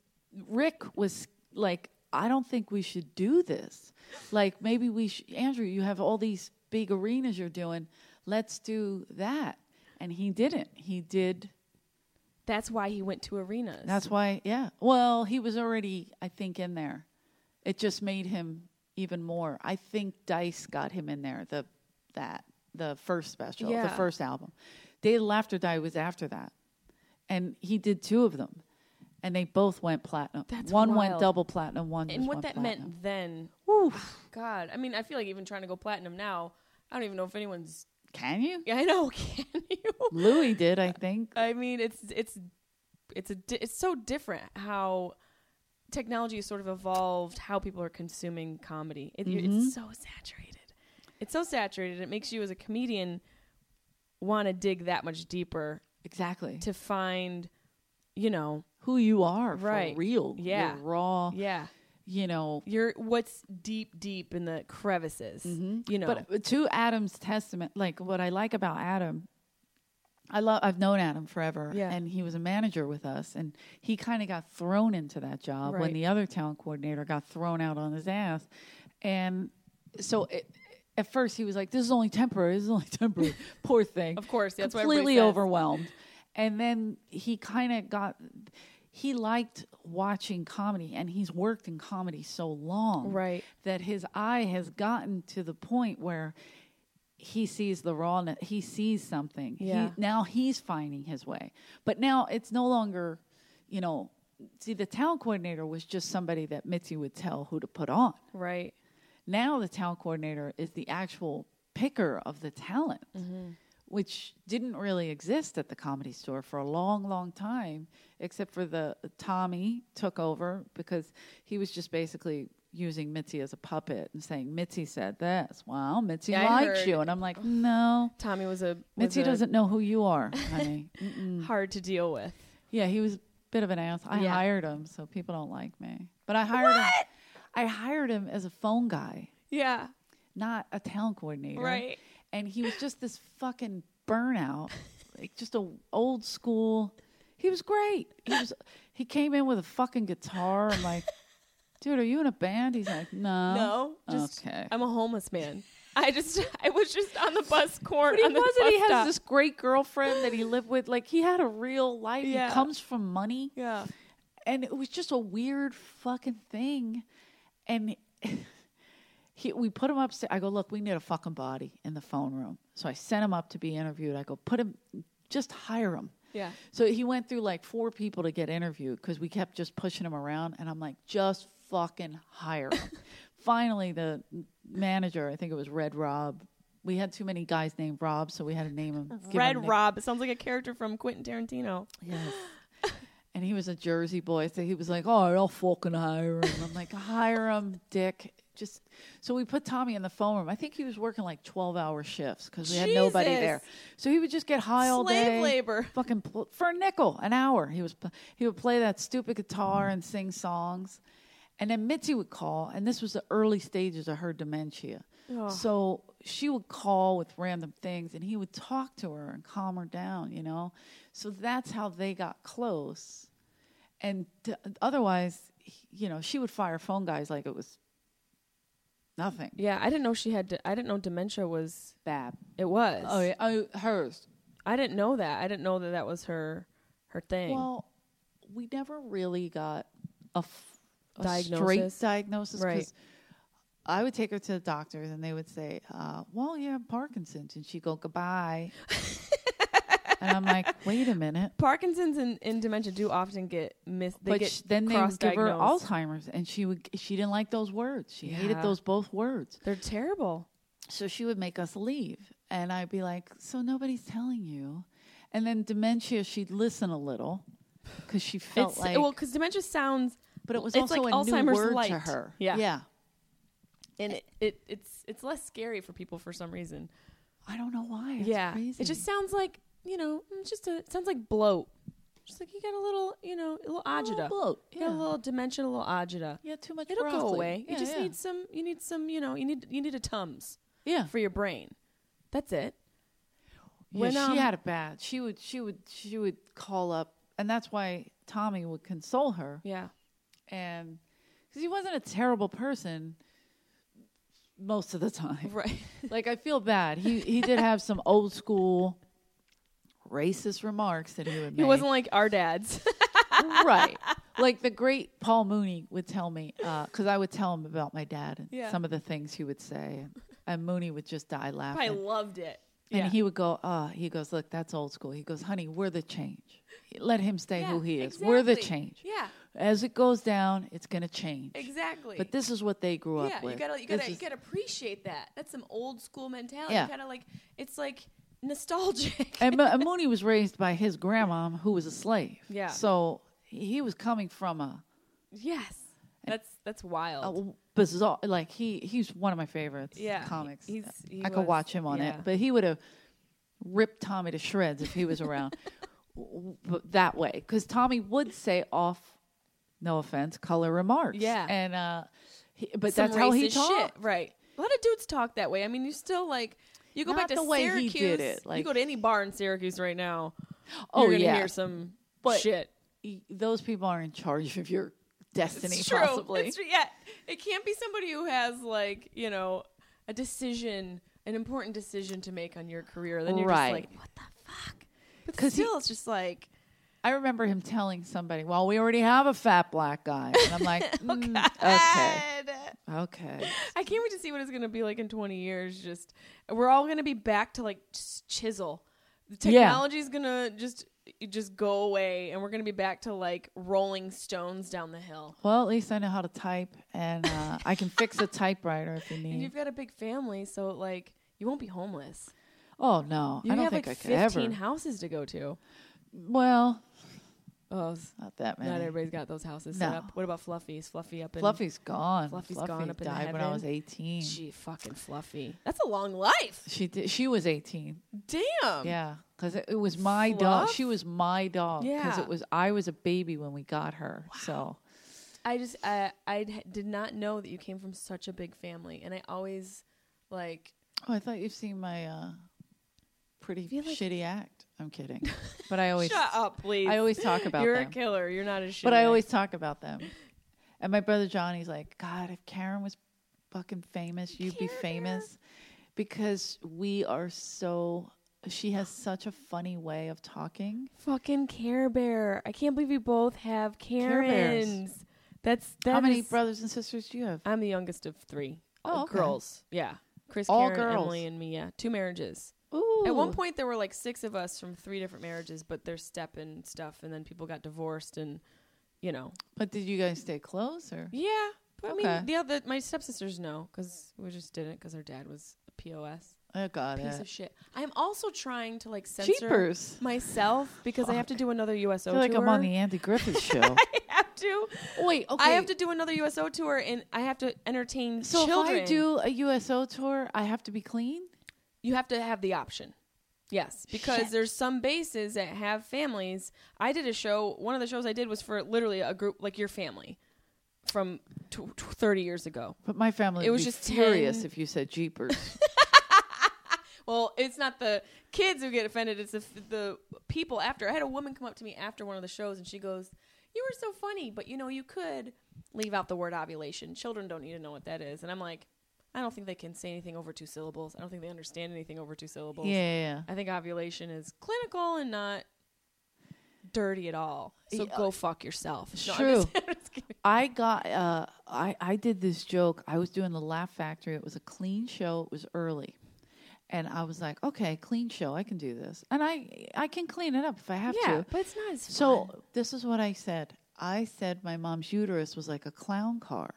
Rick was like, I don't think we should do this. Like maybe we, sh- Andrew, you have all these big arenas you're doing. Let's do that. And he didn't. He did. That's why he went to arenas. That's why. Yeah. Well, he was already, I think, in there. It just made him even more. I think Dice got him in there. The that the first special, the Yeah. first album. Day of the Laughter Die was after that, and he did two of them, and they both went platinum. That's one went wild. double platinum. One and just what went that platinum. meant then. God, I mean, I feel like even trying to go platinum now, I don't even know if anyone's. Can you? I know. Can you? Louis did, I think. I mean, it's it's it's a di- it's so different how technology has sort of evolved how people are consuming comedy. It, It's so saturated. It's so saturated. It makes you as a comedian want to dig that much deeper Exactly. to find, you know, Who you are Right. for real? Yeah. Your raw. yeah, You know, you're what's deep deep in the crevices. You know, But to Adam's testament, like what I like about Adam, I love. I've known Adam forever, Yeah. and he was a manager with us, and he kind of got thrown into that job when Right. the other talent coordinator got thrown out on his ass, and so. It, at first, he was like, "This is only temporary. This is only temporary." Poor thing. Of course, that's what everybody completely says. overwhelmed. And then he kind of got. He liked watching comedy, and he's worked in comedy so long, Right. that his eye has gotten to the point where he sees the rawness he sees something Yeah. he, now he's finding his way but now it's no longer you know see the talent coordinator was just somebody that mitzi would tell who to put on right. now the talent coordinator is the actual picker of the talent Mm-hmm. which didn't really exist at the comedy store for a long long uh, time except for the tommy took over because he was just basically using Mitzi as a puppet and saying Mitzi said this. Wow, Mitzi Yeah, I likes heard. you, and I'm like, no, Tommy was a was Mitzi a doesn't know who you are, honey. Mm-mm. hard to deal with. Yeah, he was a bit of an ass. I Yeah. hired him, so people don't like me. But I hired him. I hired him as a phone guy, Yeah, not a talent coordinator. Right. And he was just this fucking burnout, like just a old school. He was great. He was. He came in with a fucking guitar. I'm like, dude, are you in a band? He's like, no, no, just okay. I'm a homeless man. I just I was just on the bus court. But he on the wasn't. bus He has stop. this great girlfriend that he lived with. Like he had a real life. Yeah. He comes from money. Yeah. and it was just a weird fucking thing. And he, we put him upstairs. I go, look, we need a fucking body in the phone room. So I sent him up to be interviewed. I go, put him, just hire him. Yeah. So he went through like four people to get interviewed because we kept just pushing him around. And I'm like, just fucking hire him. Finally, the manager, I think it was Red Rob. We had too many guys named Rob, so we had to name him. give him Red nick- Rob. It sounds like a character from Quentin Tarantino. Yes. and he was a Jersey boy, so he was like, "All right, I'll fucking hire him." I'm like, "Hire him, dick." Just so we put Tommy in the phone room. I think he was working like twelve hour shifts because we had nobody Jesus. there. So he would just get high all Slave day, labor. fucking pl- for a nickel an hour. He was pl- he would play that stupid guitar and sing songs. And then Mitzi would call, and this was the early stages of her dementia. So she would call with random things, and he would talk to her and calm her down, you know? So that's how they got close. And t- otherwise, he- you know, she would fire phone guys like it was nothing. Yeah, I didn't know she had. De- I didn't know dementia was. Bad. It was. Oh, yeah. Oh, hers. I didn't know that. I didn't know that that was her her thing. Well, we never really got a, f- a Diagnosis. straight diagnosis. Right. 'cause I would take her to the doctors and they would say, uh, well, you have Parkinson's. And she'd go, goodbye. and I'm like, wait a minute. Parkinson's and, and dementia do often get mis. They but get sh- then they would give her cross-diagnosed. Alzheimer's, and she would she didn't like those words. She hated Yeah. those both words. They're terrible. So she would make us leave, and I'd be like, "So nobody's telling you." And then dementia, she'd listen a little because she felt It's like, well because dementia sounds, but it was it's also like a new Alzheimer's word light. to her. Yeah. yeah. and it, it it's it's less scary for people for some reason. I don't know why. It's yeah, crazy. it just sounds like you know, mm, just a it sounds like bloat. Just like you got a little, you know, a little A little agita, bloat, You got Oh, a yeah. little dementia, a little agita. yeah, too much. It'll go broccoli. away. Yeah, you just yeah. need some. You need some. You know, you need you need a tums yeah. for your brain. That's it. Yeah, When, she um, had it bad. She would she would she would call up, and that's why Tommy would console her. Yeah. and because he wasn't a terrible person most of the time. Right. Like I feel bad. He he did have some old school racist remarks that he would make. It wasn't like our dads. right. Like the great Paul Mooney would tell me because I would tell him about my dad and Yeah. some of the things he would say, and, and Mooney would just die I laughing. loved it. And yeah. he would go, ah, he goes, look, that's old school. He goes, honey, we're the change. Let him stay who Yeah, he is. We're the exactly. change. Yeah. As it goes down, it's going to change. Exactly. But this is what they grew yeah, up with. you gotta you This gotta you is- gotta appreciate that. That's some old school mentality. Yeah. You gotta like it's like nostalgic. and, Mo- and Mooney was raised by his grandma, who was a slave. Yeah. So he was coming from a, yes. That's that's wild. a bizarre, like he he's one of my favorites. Yeah, he- Comics. he's- he I could was- watch him on yeah. it, but he would have ripped Tommy to shreds if he was around w- w- that way, because Tommy would say off, no offense, color remarks. Yeah. And uh, he, but Some that's how he racist talked. Shit. Right. A lot of dudes talk that way. I mean, you still like you go back Not to the way he Syracuse. did it, you like- go to any bar in Syracuse right now. Oh, you're gonna yeah. hear some But- shit. Y- Those people are in charge of your destiny, It's true. possibly. It's, yeah, it can't be somebody who has like you know a decision, an important decision to make on your career. Then you're Right. just like, what the fuck? But 'Cause he- still, it's just like I remember him telling somebody, "Well, we already have a fat black guy," and I'm like, "Mm, Oh, "Okay, God. okay." I can't wait to see what it's going to be like in 20 years. Just we're all going to be back to like just chisel. The Yeah. technology's going to just just go away, and we're going to be back to like rolling stones down the hill. Well, at least I know how to type, and uh, I can fix a typewriter if you And need. you've got a big family, so like you won't be homeless. Oh no, You I don't have think like I could 15 ever. houses to go to. well, Oh, s- Not that many. not everybody's got those houses set No. up. What about Fluffy? Is Fluffy up in Fluffy's gone. Fluffy's Fluffy gone up in died when I was heaven. 18. She, Gee, fucking Fluffy. That's a long life. did. She was 18. Damn. Yeah, because it, it was my dog. Fluff? She was my dog. Because Yeah. it was I was a baby when we got her. So I just I I d- did not know that you came from such a big family, and I always like oh, I thought you've seen my uh, pretty feel like- shitty act. I'm kidding, but I always shut up, please. I always talk about You're them. a killer. You're not a shitty. but I act. always talk about them. And my brother Johnny's like, God, if Karen was fucking famous, you'd be famous because we are so. She has such a funny way of talking. fucking Care Bear. I can't believe we both have Care Bears. Karens. That's that's How many brothers and sisters do you have? I'm the youngest of three. Oh, Uh, okay. girls. Yeah, Chris, All Karen, girls. Emily, and me. Yeah, two marriages. Ooh. At one point, there were like six of us from three different marriages, but there's step and stuff, and then people got divorced, and you know, But did you guys stay close or? Yeah, but I Okay. mean, the other my stepsisters know because we just didn't because her dad was a pos I got piece it. of shit. I'm also trying to like censor Cheapers. myself because I have to do another USO I feel like tour. I'm on the Andy Griffith show. I have to. Wait, I have to do another USO tour, and I have to entertain So children. if I do a USO tour, I have to be clean. you have to have the option. Yes, because there's some bases that have families. I did a show. One of the shows I did was for literally a group like your family from t- t- 30 years ago. But my family. It would was be just furious 10 if you said Jeepers. Well, it's not the kids who get offended; it's the, the people after. I had a woman come up to me after one of the shows, and she goes, "You were so funny, but you know, you could leave out the word ovulation. Children don't need to know what that is." And I'm like, I don't think they can say anything over two syllables. I don't think they understand anything over two syllables. yeah. I think ovulation is clinical and not dirty at all. So Yeah. go fuck yourself. No, I'm True. just- I'm just kidding. I got uh I I did this joke. I was doing the Laugh Factory. It was a clean show. It was early. And I was like, okay, clean show. I can do this. And I I can clean it up if I have yeah, to. but it's not as so fun. this is what I said. I said my mom's uterus was like a clown car.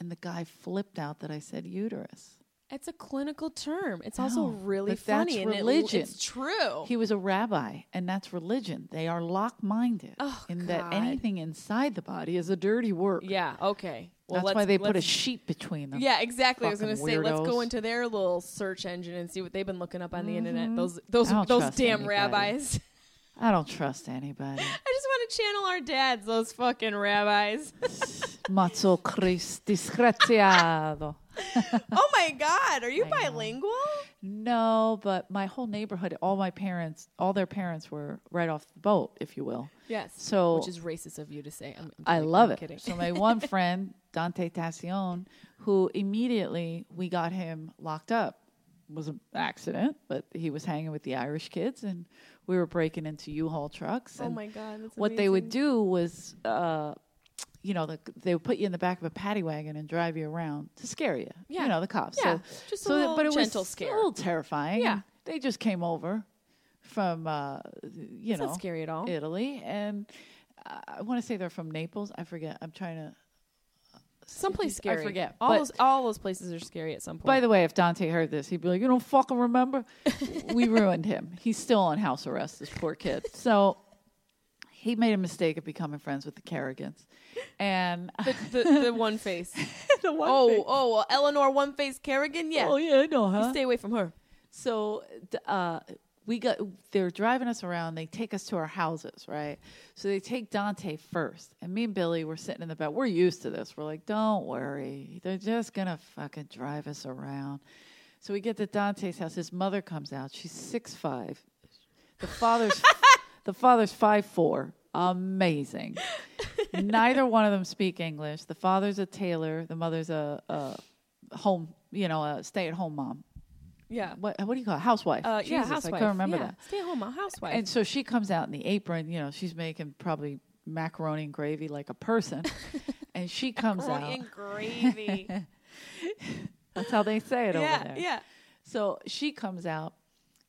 And the guy flipped out that I said uterus. It's a clinical term. It's also No, really but that's funny and it- religion. it's true. He was a rabbi, and that's religion. They are lock minded Oh, in that God. anything inside the body is a dirty work. Yeah. Okay. that's why they put a let's- sheet between them. Yeah, exactly. I was going Fucking to say, let's go weirdos. Mm-hmm. into their little search engine and see what they've been looking up on the internet. Those those I don't those trust damn anybody. rabbis. I don't trust anybody. I just want to channel our dads, those fucking rabbis. Mazzo Chris disgraziato. oh my God, are you bilingual? No, but my whole neighborhood, all my parents, all their parents were right off the boat, if you will. Yes. So- which is racist of you to say. I'm, I'm I kidding. love I'm it. Kidding. So my one friend, Dante Tassion, who immediately we got him locked up. It was an accident, but he was hanging with the Irish kids and we were breaking into U-Haul trucks. Oh and my God, that's What they would amazing. do was uh you know, the, they would put you in the back of a paddy wagon and drive you around to scare you. Yeah. You know, the cops. Yeah. So, Just a so that- little but it gentle was scare. a little terrifying. Yeah. They just came over from, uh, you It's know, not scary at all. Italy, and uh, I want to say they're from Naples. I forget. I'm trying to. Someplace I scary. forget, All but- those all those places are scary at some point. By the way, if Dante heard this, he'd be like, "You don't fucking remember." we ruined him. He's still on house arrest. This poor kid. So he made a mistake of becoming friends with the Kerrigans, and the, the one face. the one oh, oh, well, Eleanor One Face Kerrigan. Yeah, oh yeah, I know, You huh? stay away from her. So d- uh, we got they're driving us around. They take us to our houses, right? So they take Dante first, and me and Billy were sitting in the back. We're used to this. We're like, don't worry, they're just gonna fucking drive us around. So we get to Dante's house. His mother comes out. She's six five. The father's the father's five four. Amazing. Neither one of them speak English. The father's a tailor. The mother's a, a home, you know, a stay at home mom Yeah. what what do you call it? housewife? Uh, yeah, Jesus, housewife. I can't remember Yeah, that. Stay at home, a housewife. And so she comes out in the apron. You know, she's making probably macaroni and gravy like a person, and she comes out. Macaroni and gravy. That's how they say it over yeah, there. yeah. So she comes out,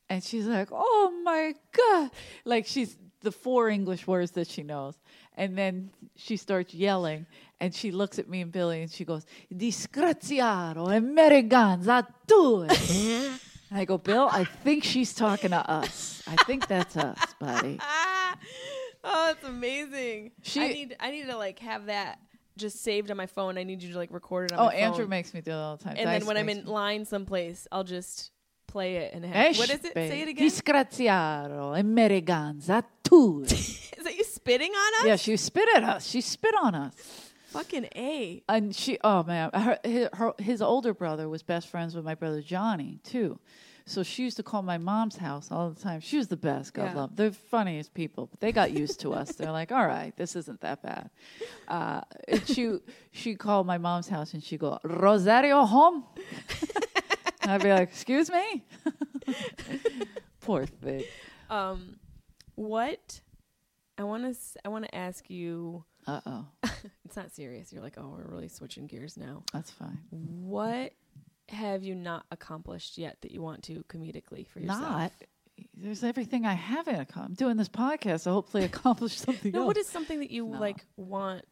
and she's like, "Oh my god!" Like she's the four English words that she knows, and then she starts yelling. And she looks at me and Billy, and she goes, "Disgraziato, Americans, a tu." And I go, Bill, I think she's talking to us. I think that's us, buddy. Ah, oh, it's amazing. She- I need I need to like have that just saved on my phone. I need you to like record it on Oh, my phone. Andrew makes me do that all the time. and then Dice when I'm makes in me- line someplace, I'll just play it and have, what is it? Say it again. Is Disgraziaro e mereganza tu. that you spitting on us? yeah, she spit at us. She spit on us. Fucking a. And she, oh man, her, his, her, his older brother was best friends with my brother Johnny too. So she used to call my mom's house all the time. She was the best. God Yeah. love. They're the funniest people, but they got used to us. They're like, all right, this isn't that bad. Uh, and she she called my mom's house and she go Rosario home. And I'd be like, excuse me. Poor thing. Um, what? I want to I want to ask you. Uh oh, It's not serious. You're like, oh, we're really switching gears now. that's fine. What have you not accomplished yet that you want to comedically for yourself? Not. There's everything I haven't accomplished. I'm doing this podcast to hopefully accomplish something. No, else. what is something that you like want?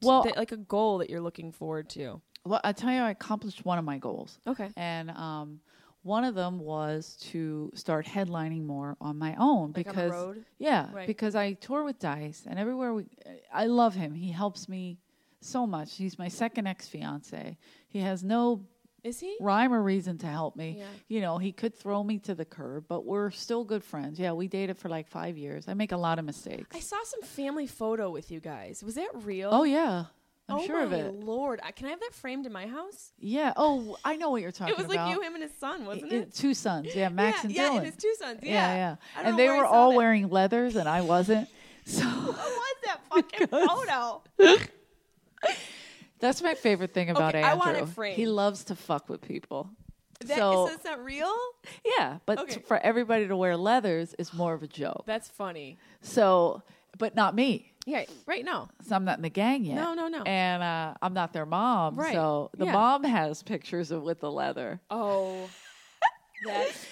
to- Well- that, like a goal that you're looking forward to. Well, I tell you, I accomplished one of my goals. Okay. And um, one of them was to start headlining more on my own Like on the because road? yeah, Right. because I tour with Dice and everywhere we, I love him. He helps me so much. He's my second ex fiance. He has no Is he? rhyme or reason to help me. Yeah. You know, he could throw me to the curb, but we're still good friends. Yeah, we dated for like five years. I make a lot of mistakes. I saw some family photo with you guys. Was that real? oh yeah, I'm oh sure of my it. lord! I, can I have that framed in my house? Yeah. Oh, I know what you're talking It about. was like you, him, and his son, wasn't I- it? I- Two sons, yeah, Max yeah, and yeah, Dylan. and his two sons. Yeah, yeah, I don't And know they where I were saw all that. wearing leathers, and I wasn't. So What was that fucking photo? that's my favorite thing about Okay, I Andrew. want it framed. He loves to fuck with people. That, so so it's not real. yeah, but Okay. t- for everybody to wear leathers is more of a joke. That's funny. So, but not me. Yeah, right now. So I'm not in the gang yet. No, no, no. And uh, I'm not their mom. Right, So the yeah. mom has pictures of with the leather. Oh, that's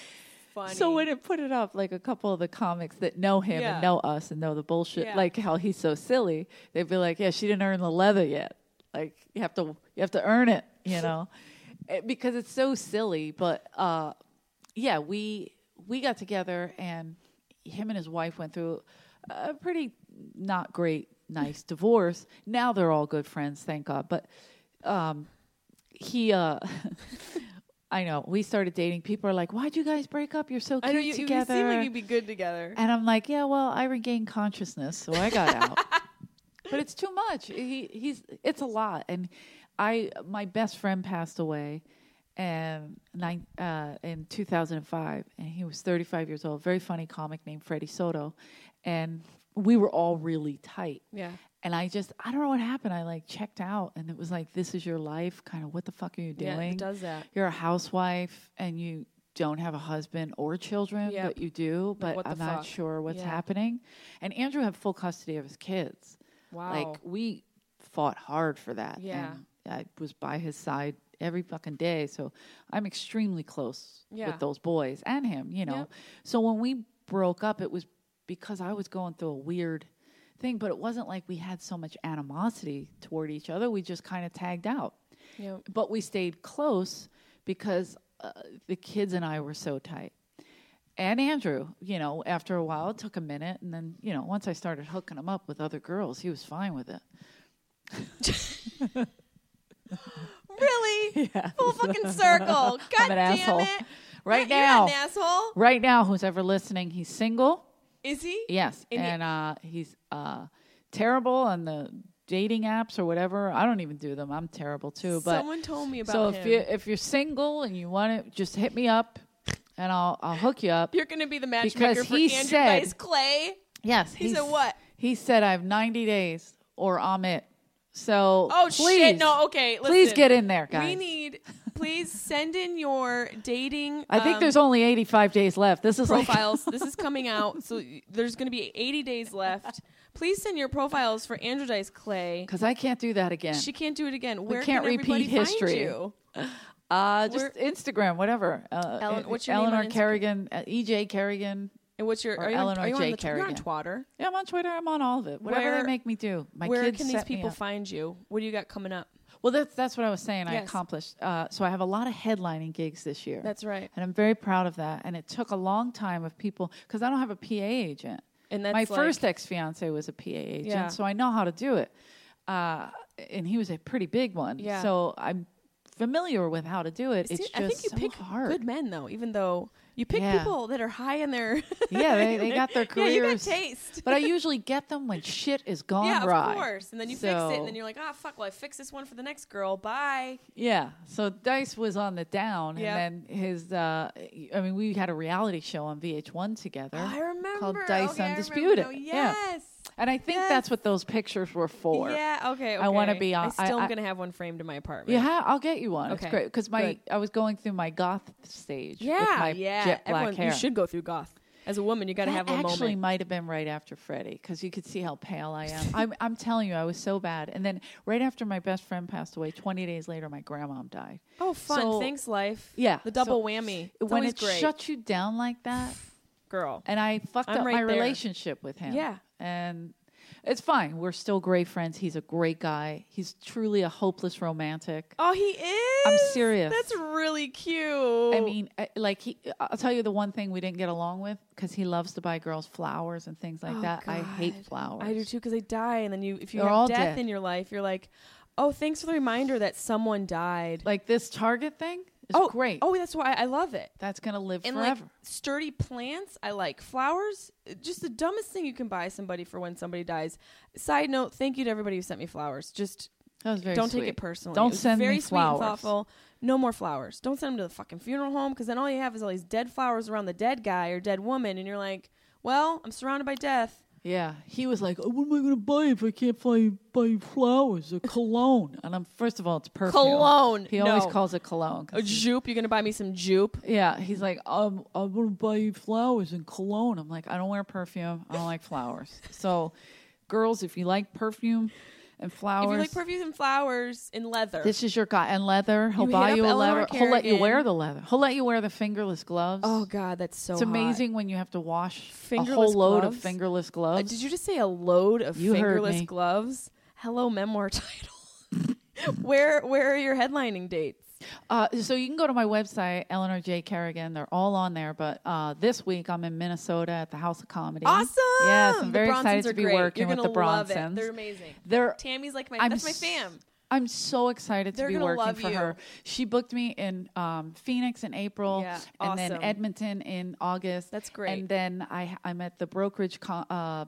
funny. So when it put it up, like a couple of the comics that know him Yeah. and know us and know the bullshit, Yeah. like how he's so silly, they'd be like, "Yeah, she didn't earn the leather yet. Like you have to, you have to earn it, you know, Eh, because it's so silly." But uh, yeah, we we got together and him and his wife went through a pretty not great, nice divorce. Now they're all good friends, thank God. But um, he uh I know we started dating. People are like, "Why'd you guys break up? You're so cute I know you, you, you together." seem like you'd be good together. and I'm like, "Yeah, well, I regained consciousness, so I got out." but it's too much. He, he's it's a lot, and I my best friend passed away, and nine uh, in 2005, and he was 35 years old. Very funny comic named Freddie Soto, and we were all really tight. Yeah. And I just I don't know what happened. I like checked out, and it was like, "This is your life." Kind of, what the fuck are you doing? Yeah, it does that. You're a housewife, and you don't have a husband or children, Yep. but you do. But what the I'm not fuck? sure what's Yeah. happening. And Andrew had full custody of his kids. Wow. Like we fought hard for that. Yeah. And I was by his side every fucking day. So I'm extremely close Yeah. with those boys and him, you know. Yep. So when we broke up, it was because I was going through a weird thing, but it wasn't like we had so much animosity toward each other. We just kind of tagged out. Yep. But we stayed close because uh, the kids and I were so tight. And Andrew, you know, after a while, it took a minute. And then, you know, once I started hooking him up with other girls, he was fine with it. Really? Yeah. Full fucking circle. God I'm an damn asshole. it. Right You're now. You're not an asshole. Right now, who's ever listening, he's single. Is he? Yes. And And, he- uh, he's uh, terrible on the dating apps or whatever. I don't even do them. I'm terrible too. But Someone told me about so if him. you if you're single and you want to just hit me up and I'll I'll hook you up. You're going to be the matchmaker Because for he Andrew said- Dice Clay. Yes. He he's- said what? He said I have 90 days or I'm it. So Oh please, shit! No, okay. Listen, please get in there, guys. We need. Please send in your dating. I think um, there's only 85 days left. This is like profiles. this is coming out, so y- there's going to be 80 days left. Please send your profiles for Andrew Dice Clay. cuz I can't do that again. She can't do it again. Where can't can everybody repeat history. Find you? uh just Instagram, whatever. Uh, Ellen- uh, what's your name on Eleanor Instagram? Kerrigan, uh, EJ Kerrigan. And what's your? Or Are you, on, Eleanor are you on J. the? tw- You're on Kerrigan. Twitter. Yeah, I'm on Twitter. I'm on all of it. Whatever Where- they make me do. My Where kids can these set me people up. find you? What do you got coming up? Well, that's that's what I was saying. I Yes. accomplished. Uh, so I have a lot of headlining gigs this year. That's right. and I'm very proud of that. And it took a long time of people because I don't have a PA agent. And that's my like- first ex fiance was a PA agent, Yeah. so I know how to do it. Uh, and he was a pretty big one, Yeah. so I'm familiar with how to do it. See, it's just I think you so pick hard. good men though, even though you pick Yeah. people that are high in their yeah, they, they got their Yeah, careers. you got taste. but I usually get them when shit is gone yeah, awry. of course. And then you fix it, So- and then you're like, ah, fuck. Well, I fixed this one for the next girl. Bye. Yeah. So Dice was on the down, Yep. and then his. Uh, I mean, we had a reality show on VH1 together. I remember called Dice Okay, I remember Undisputed. now. Yeah. Yes. And I think Yes. that's what those pictures were for. Yeah. Okay. I wanna okay. be I on- I- still am I- gonna have one framed in my apartment. Yeah, I'll get you one. Okay, It's great because my good. I was going through my goth stage. Yeah. with my yeah. jet black Everyone, hair. You should go through goth as a woman. You got to that have a actually moment. might have been right after Freddie because you could see how pale I am. I'm, I'm telling you, I was so bad. And then right after my best friend passed away, 20 days later, my grandmom died. Oh, fun. So- Thanks, life. Yeah, The double so whammy. It's when always it great. shuts you down like that, girl. and I fucked I'm up right my there. relationship with him. Yeah. And it's fine. We're still great friends. He's a great guy. He's truly a hopeless romantic. Oh, he is. I'm serious. That's really cute. Oh. I mean, I- like he, I'll tell you the one thing we didn't get along with because he loves to buy girls flowers and things like that. I hate flowers. Oh, I do too because they die, and then you if you They're have all death dead. in your life, you're like, oh, thanks for the reminder that someone died. Like this Target thing is oh, great. Oh, that's why I love it. that's gonna live And forever. like sturdy plants, I like flowers. Just the dumbest thing you can buy somebody for when somebody dies. Side note: Thank you to everybody who sent me flowers. Just that was very don't sweet. take it personally. It Don't was send very me Sweet and flowers. thoughtful. No more flowers. Don't send them to the fucking funeral home because then all you have is all these dead flowers around the dead guy or dead woman, and you're like, well, I'm surrounded by death. Yeah, he was like, oh, "What am I gonna buy if I can't buy buy flowers or cologne?" And I'm first of all, it's perfume. Cologne. He always No. calls it cologne. 'cause A jupe. You're gonna buy me some jupe. Yeah, he's like, um, I'm gonna buy you flowers and cologne. I'm like, I don't wear perfume. I don't like flowers. So, girls, if you like perfume and flowers, If you like perfumes and flowers and leather, this is your guy. And leather, he'll You buy hit you a up Eleanor leather. He'll let you wear Kerrigan. the leather. He'll let you wear the fingerless gloves. oh god, that's so it's hot. amazing when you have to wash a whole Fingerless load gloves? of fingerless Uh, gloves. did you just say a load of You heard fingerless me. gloves? Hello, memoir title. where where are your headlining dates? Uh, so you can go to my website, Eleanor J. Kerrigan. They're all on there. But uh, this week I'm in Minnesota at the House of Comedy. Awesome! Yes, I'm The very Bronsons excited are to be great. working You're with the gonna love it. Bronsons. They're amazing. They're Tammy's like my I'm that's my s- fam. I'm so excited They're to be gonna working love for you. her. She booked me in um, Phoenix in April, Yeah, and awesome. then Edmonton in August. That's great. And then I I'm at the brokerage co- uh,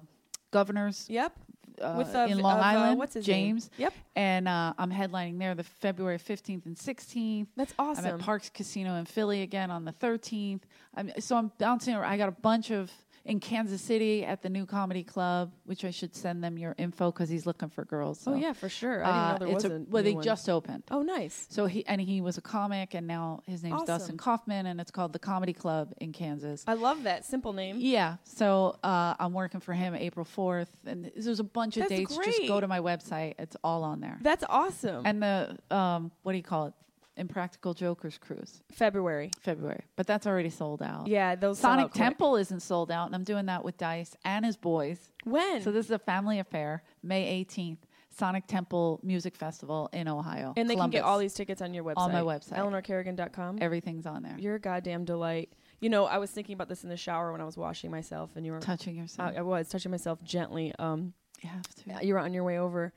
governors Yep. uh, With, uh, in v- Long of, uh, Island. what's his name? James. Yep. And uh, I'm headlining there the February 15th and 16th. That's I'm awesome. at Parks Casino in Philly again on the 13th. I'm, so I'm bouncing. around. I got a bunch of in Kansas City at the new comedy club, which I should send them your info because he's looking for girls. Oh so. yeah, for sure. I didn't know Uh, there it's was a- a, well, new they one. just opened. Oh nice. So he and he was a comic, and now his name's Awesome. Dustin Kaufman, and it's called the Comedy Club in Kansas. I love that simple name. Yeah. So uh, I'm working for him April 4th. And there's a bunch of That's dates. great. Just go to my website. It's all on there. That's awesome. and the, um, what do you call it? Impractical Jokers Cruise, February. February. But that's already sold out. Yeah, those sell out Sonic quick. Temple isn't sold out. And I'm doing that with Dice and his boys. When? So this is a family affair, May 18th, Sonic Temple Music Festival in Ohio. and they can get Columbus. all these tickets on your website. On my website. EleanorKerrigan.com. Everything's on there. You're a goddamn delight. You know, I was thinking about this in the shower when I was washing myself, and you were touching I, yourself. I was touching myself gently. Um, you have to. you were on your way over,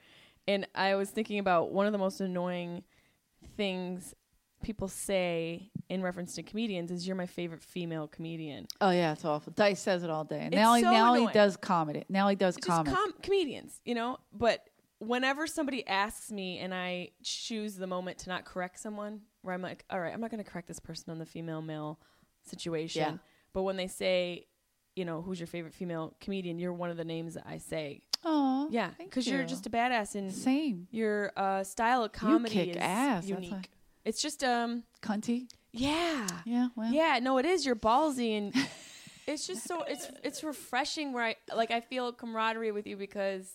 and I was thinking about one of the most annoying things people say in reference to comedians is "You're my favorite female comedian." Oh yeah, it's awful. Dice says it all day. It's now he so now annoying. he does comedy. Now he does comedy. Just com- comedians, you know. But whenever somebody asks me, and I choose the moment to not correct someone, where I'm like, "All right, I'm not going to correct this person on the female male situation." Yeah. But when they say, you know, who's your favorite female comedian? You're one of the names that I say. Oh Yeah, because you're just a badass and same your uh, style of comedy kick is ass, that's unique. why- It's just um, cunty. yeah, Yeah, well. yeah. No, it is. You're ballsy, and it's just so it's it's refreshing. Where I like I feel camaraderie with you because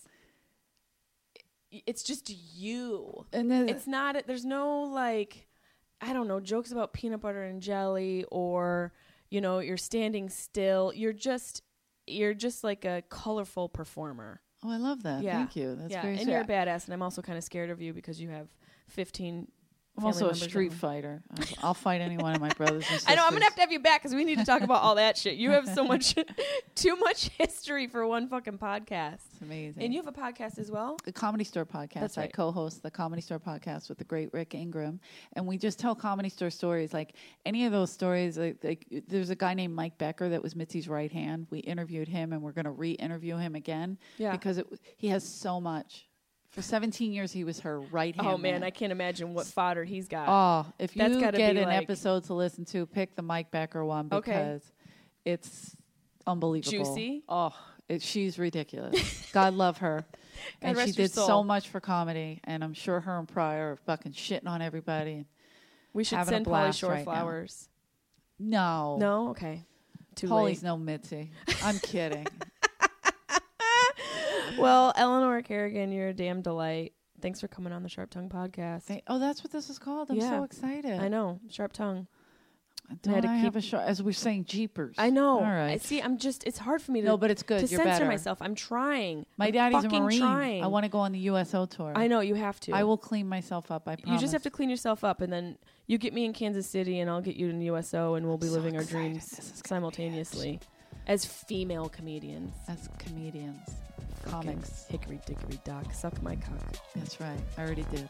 i- it's just you. And then It's not. There's no like, I don't know, jokes about peanut butter and jelly, or you know, you're standing still. You're just you're just like a colorful performer. oh, I love that. Thank you. That's yeah. very and sweet. you're a badass, and I'm also kind of scared of you because you have 15 I'm family also a members at street home. fighter. I'll- I'll fight any one of my brothers and sisters. I know I'm gonna have to have you back because we need to talk about all that shit. You have so much, too much history for one fucking podcast, It's amazing. and you have a podcast as well. the Comedy Store podcast. That's I right. co-host the Comedy Store podcast with the great Rick Ingram, and we just tell Comedy Store stories. Like any of those stories, like, like there's a guy named Mike Becker that was Mitzi's right hand. We interviewed him, and we're going to re-interview him again Yeah. because it, he has so much. For 17 years, he was her right hand. Oh man, I can't imagine what fodder he's got. Oh, if Uh, That's you gotta get be an like- episode to listen to, pick the Mike Becker one Okay. because it's unbelievable. Juicy? Oh, it, she's ridiculous. God love her. God and she rest your did so soul. much for comedy, and I'm sure her and Pryor are fucking shitting on everybody. we should having a send Polly blast Shore right now. Oh. flowers. No, No, okay, too Polly's late. no Mitzi. I'm kidding. Well, Eleanor Kerrigan, you're a damn delight. Thanks for coming on the Sharp Tongue podcast. Hey, oh, that's what this is called. I'm Yeah. so excited. I know, Sharp Tongue. Don't had to I have keep- a short? As we're saying, jeepers. I know. All right. I see. I'm just. It's hard for me to. No, but it's good. To You're censor better. myself, I'm trying. My I'm daddy's a fucking marine. Trying. I want to go on the USO tour. I know you have to. I will clean myself up. I promise. You just have to clean yourself up, and then you get me in Kansas City, and I'll get you in USO, and we'll be so living our excited. This is dreams gonna be simultaneously as female comedians. As comedians, Fucking comics. Hickory dickory dock, suck my cock. That's right. I already did.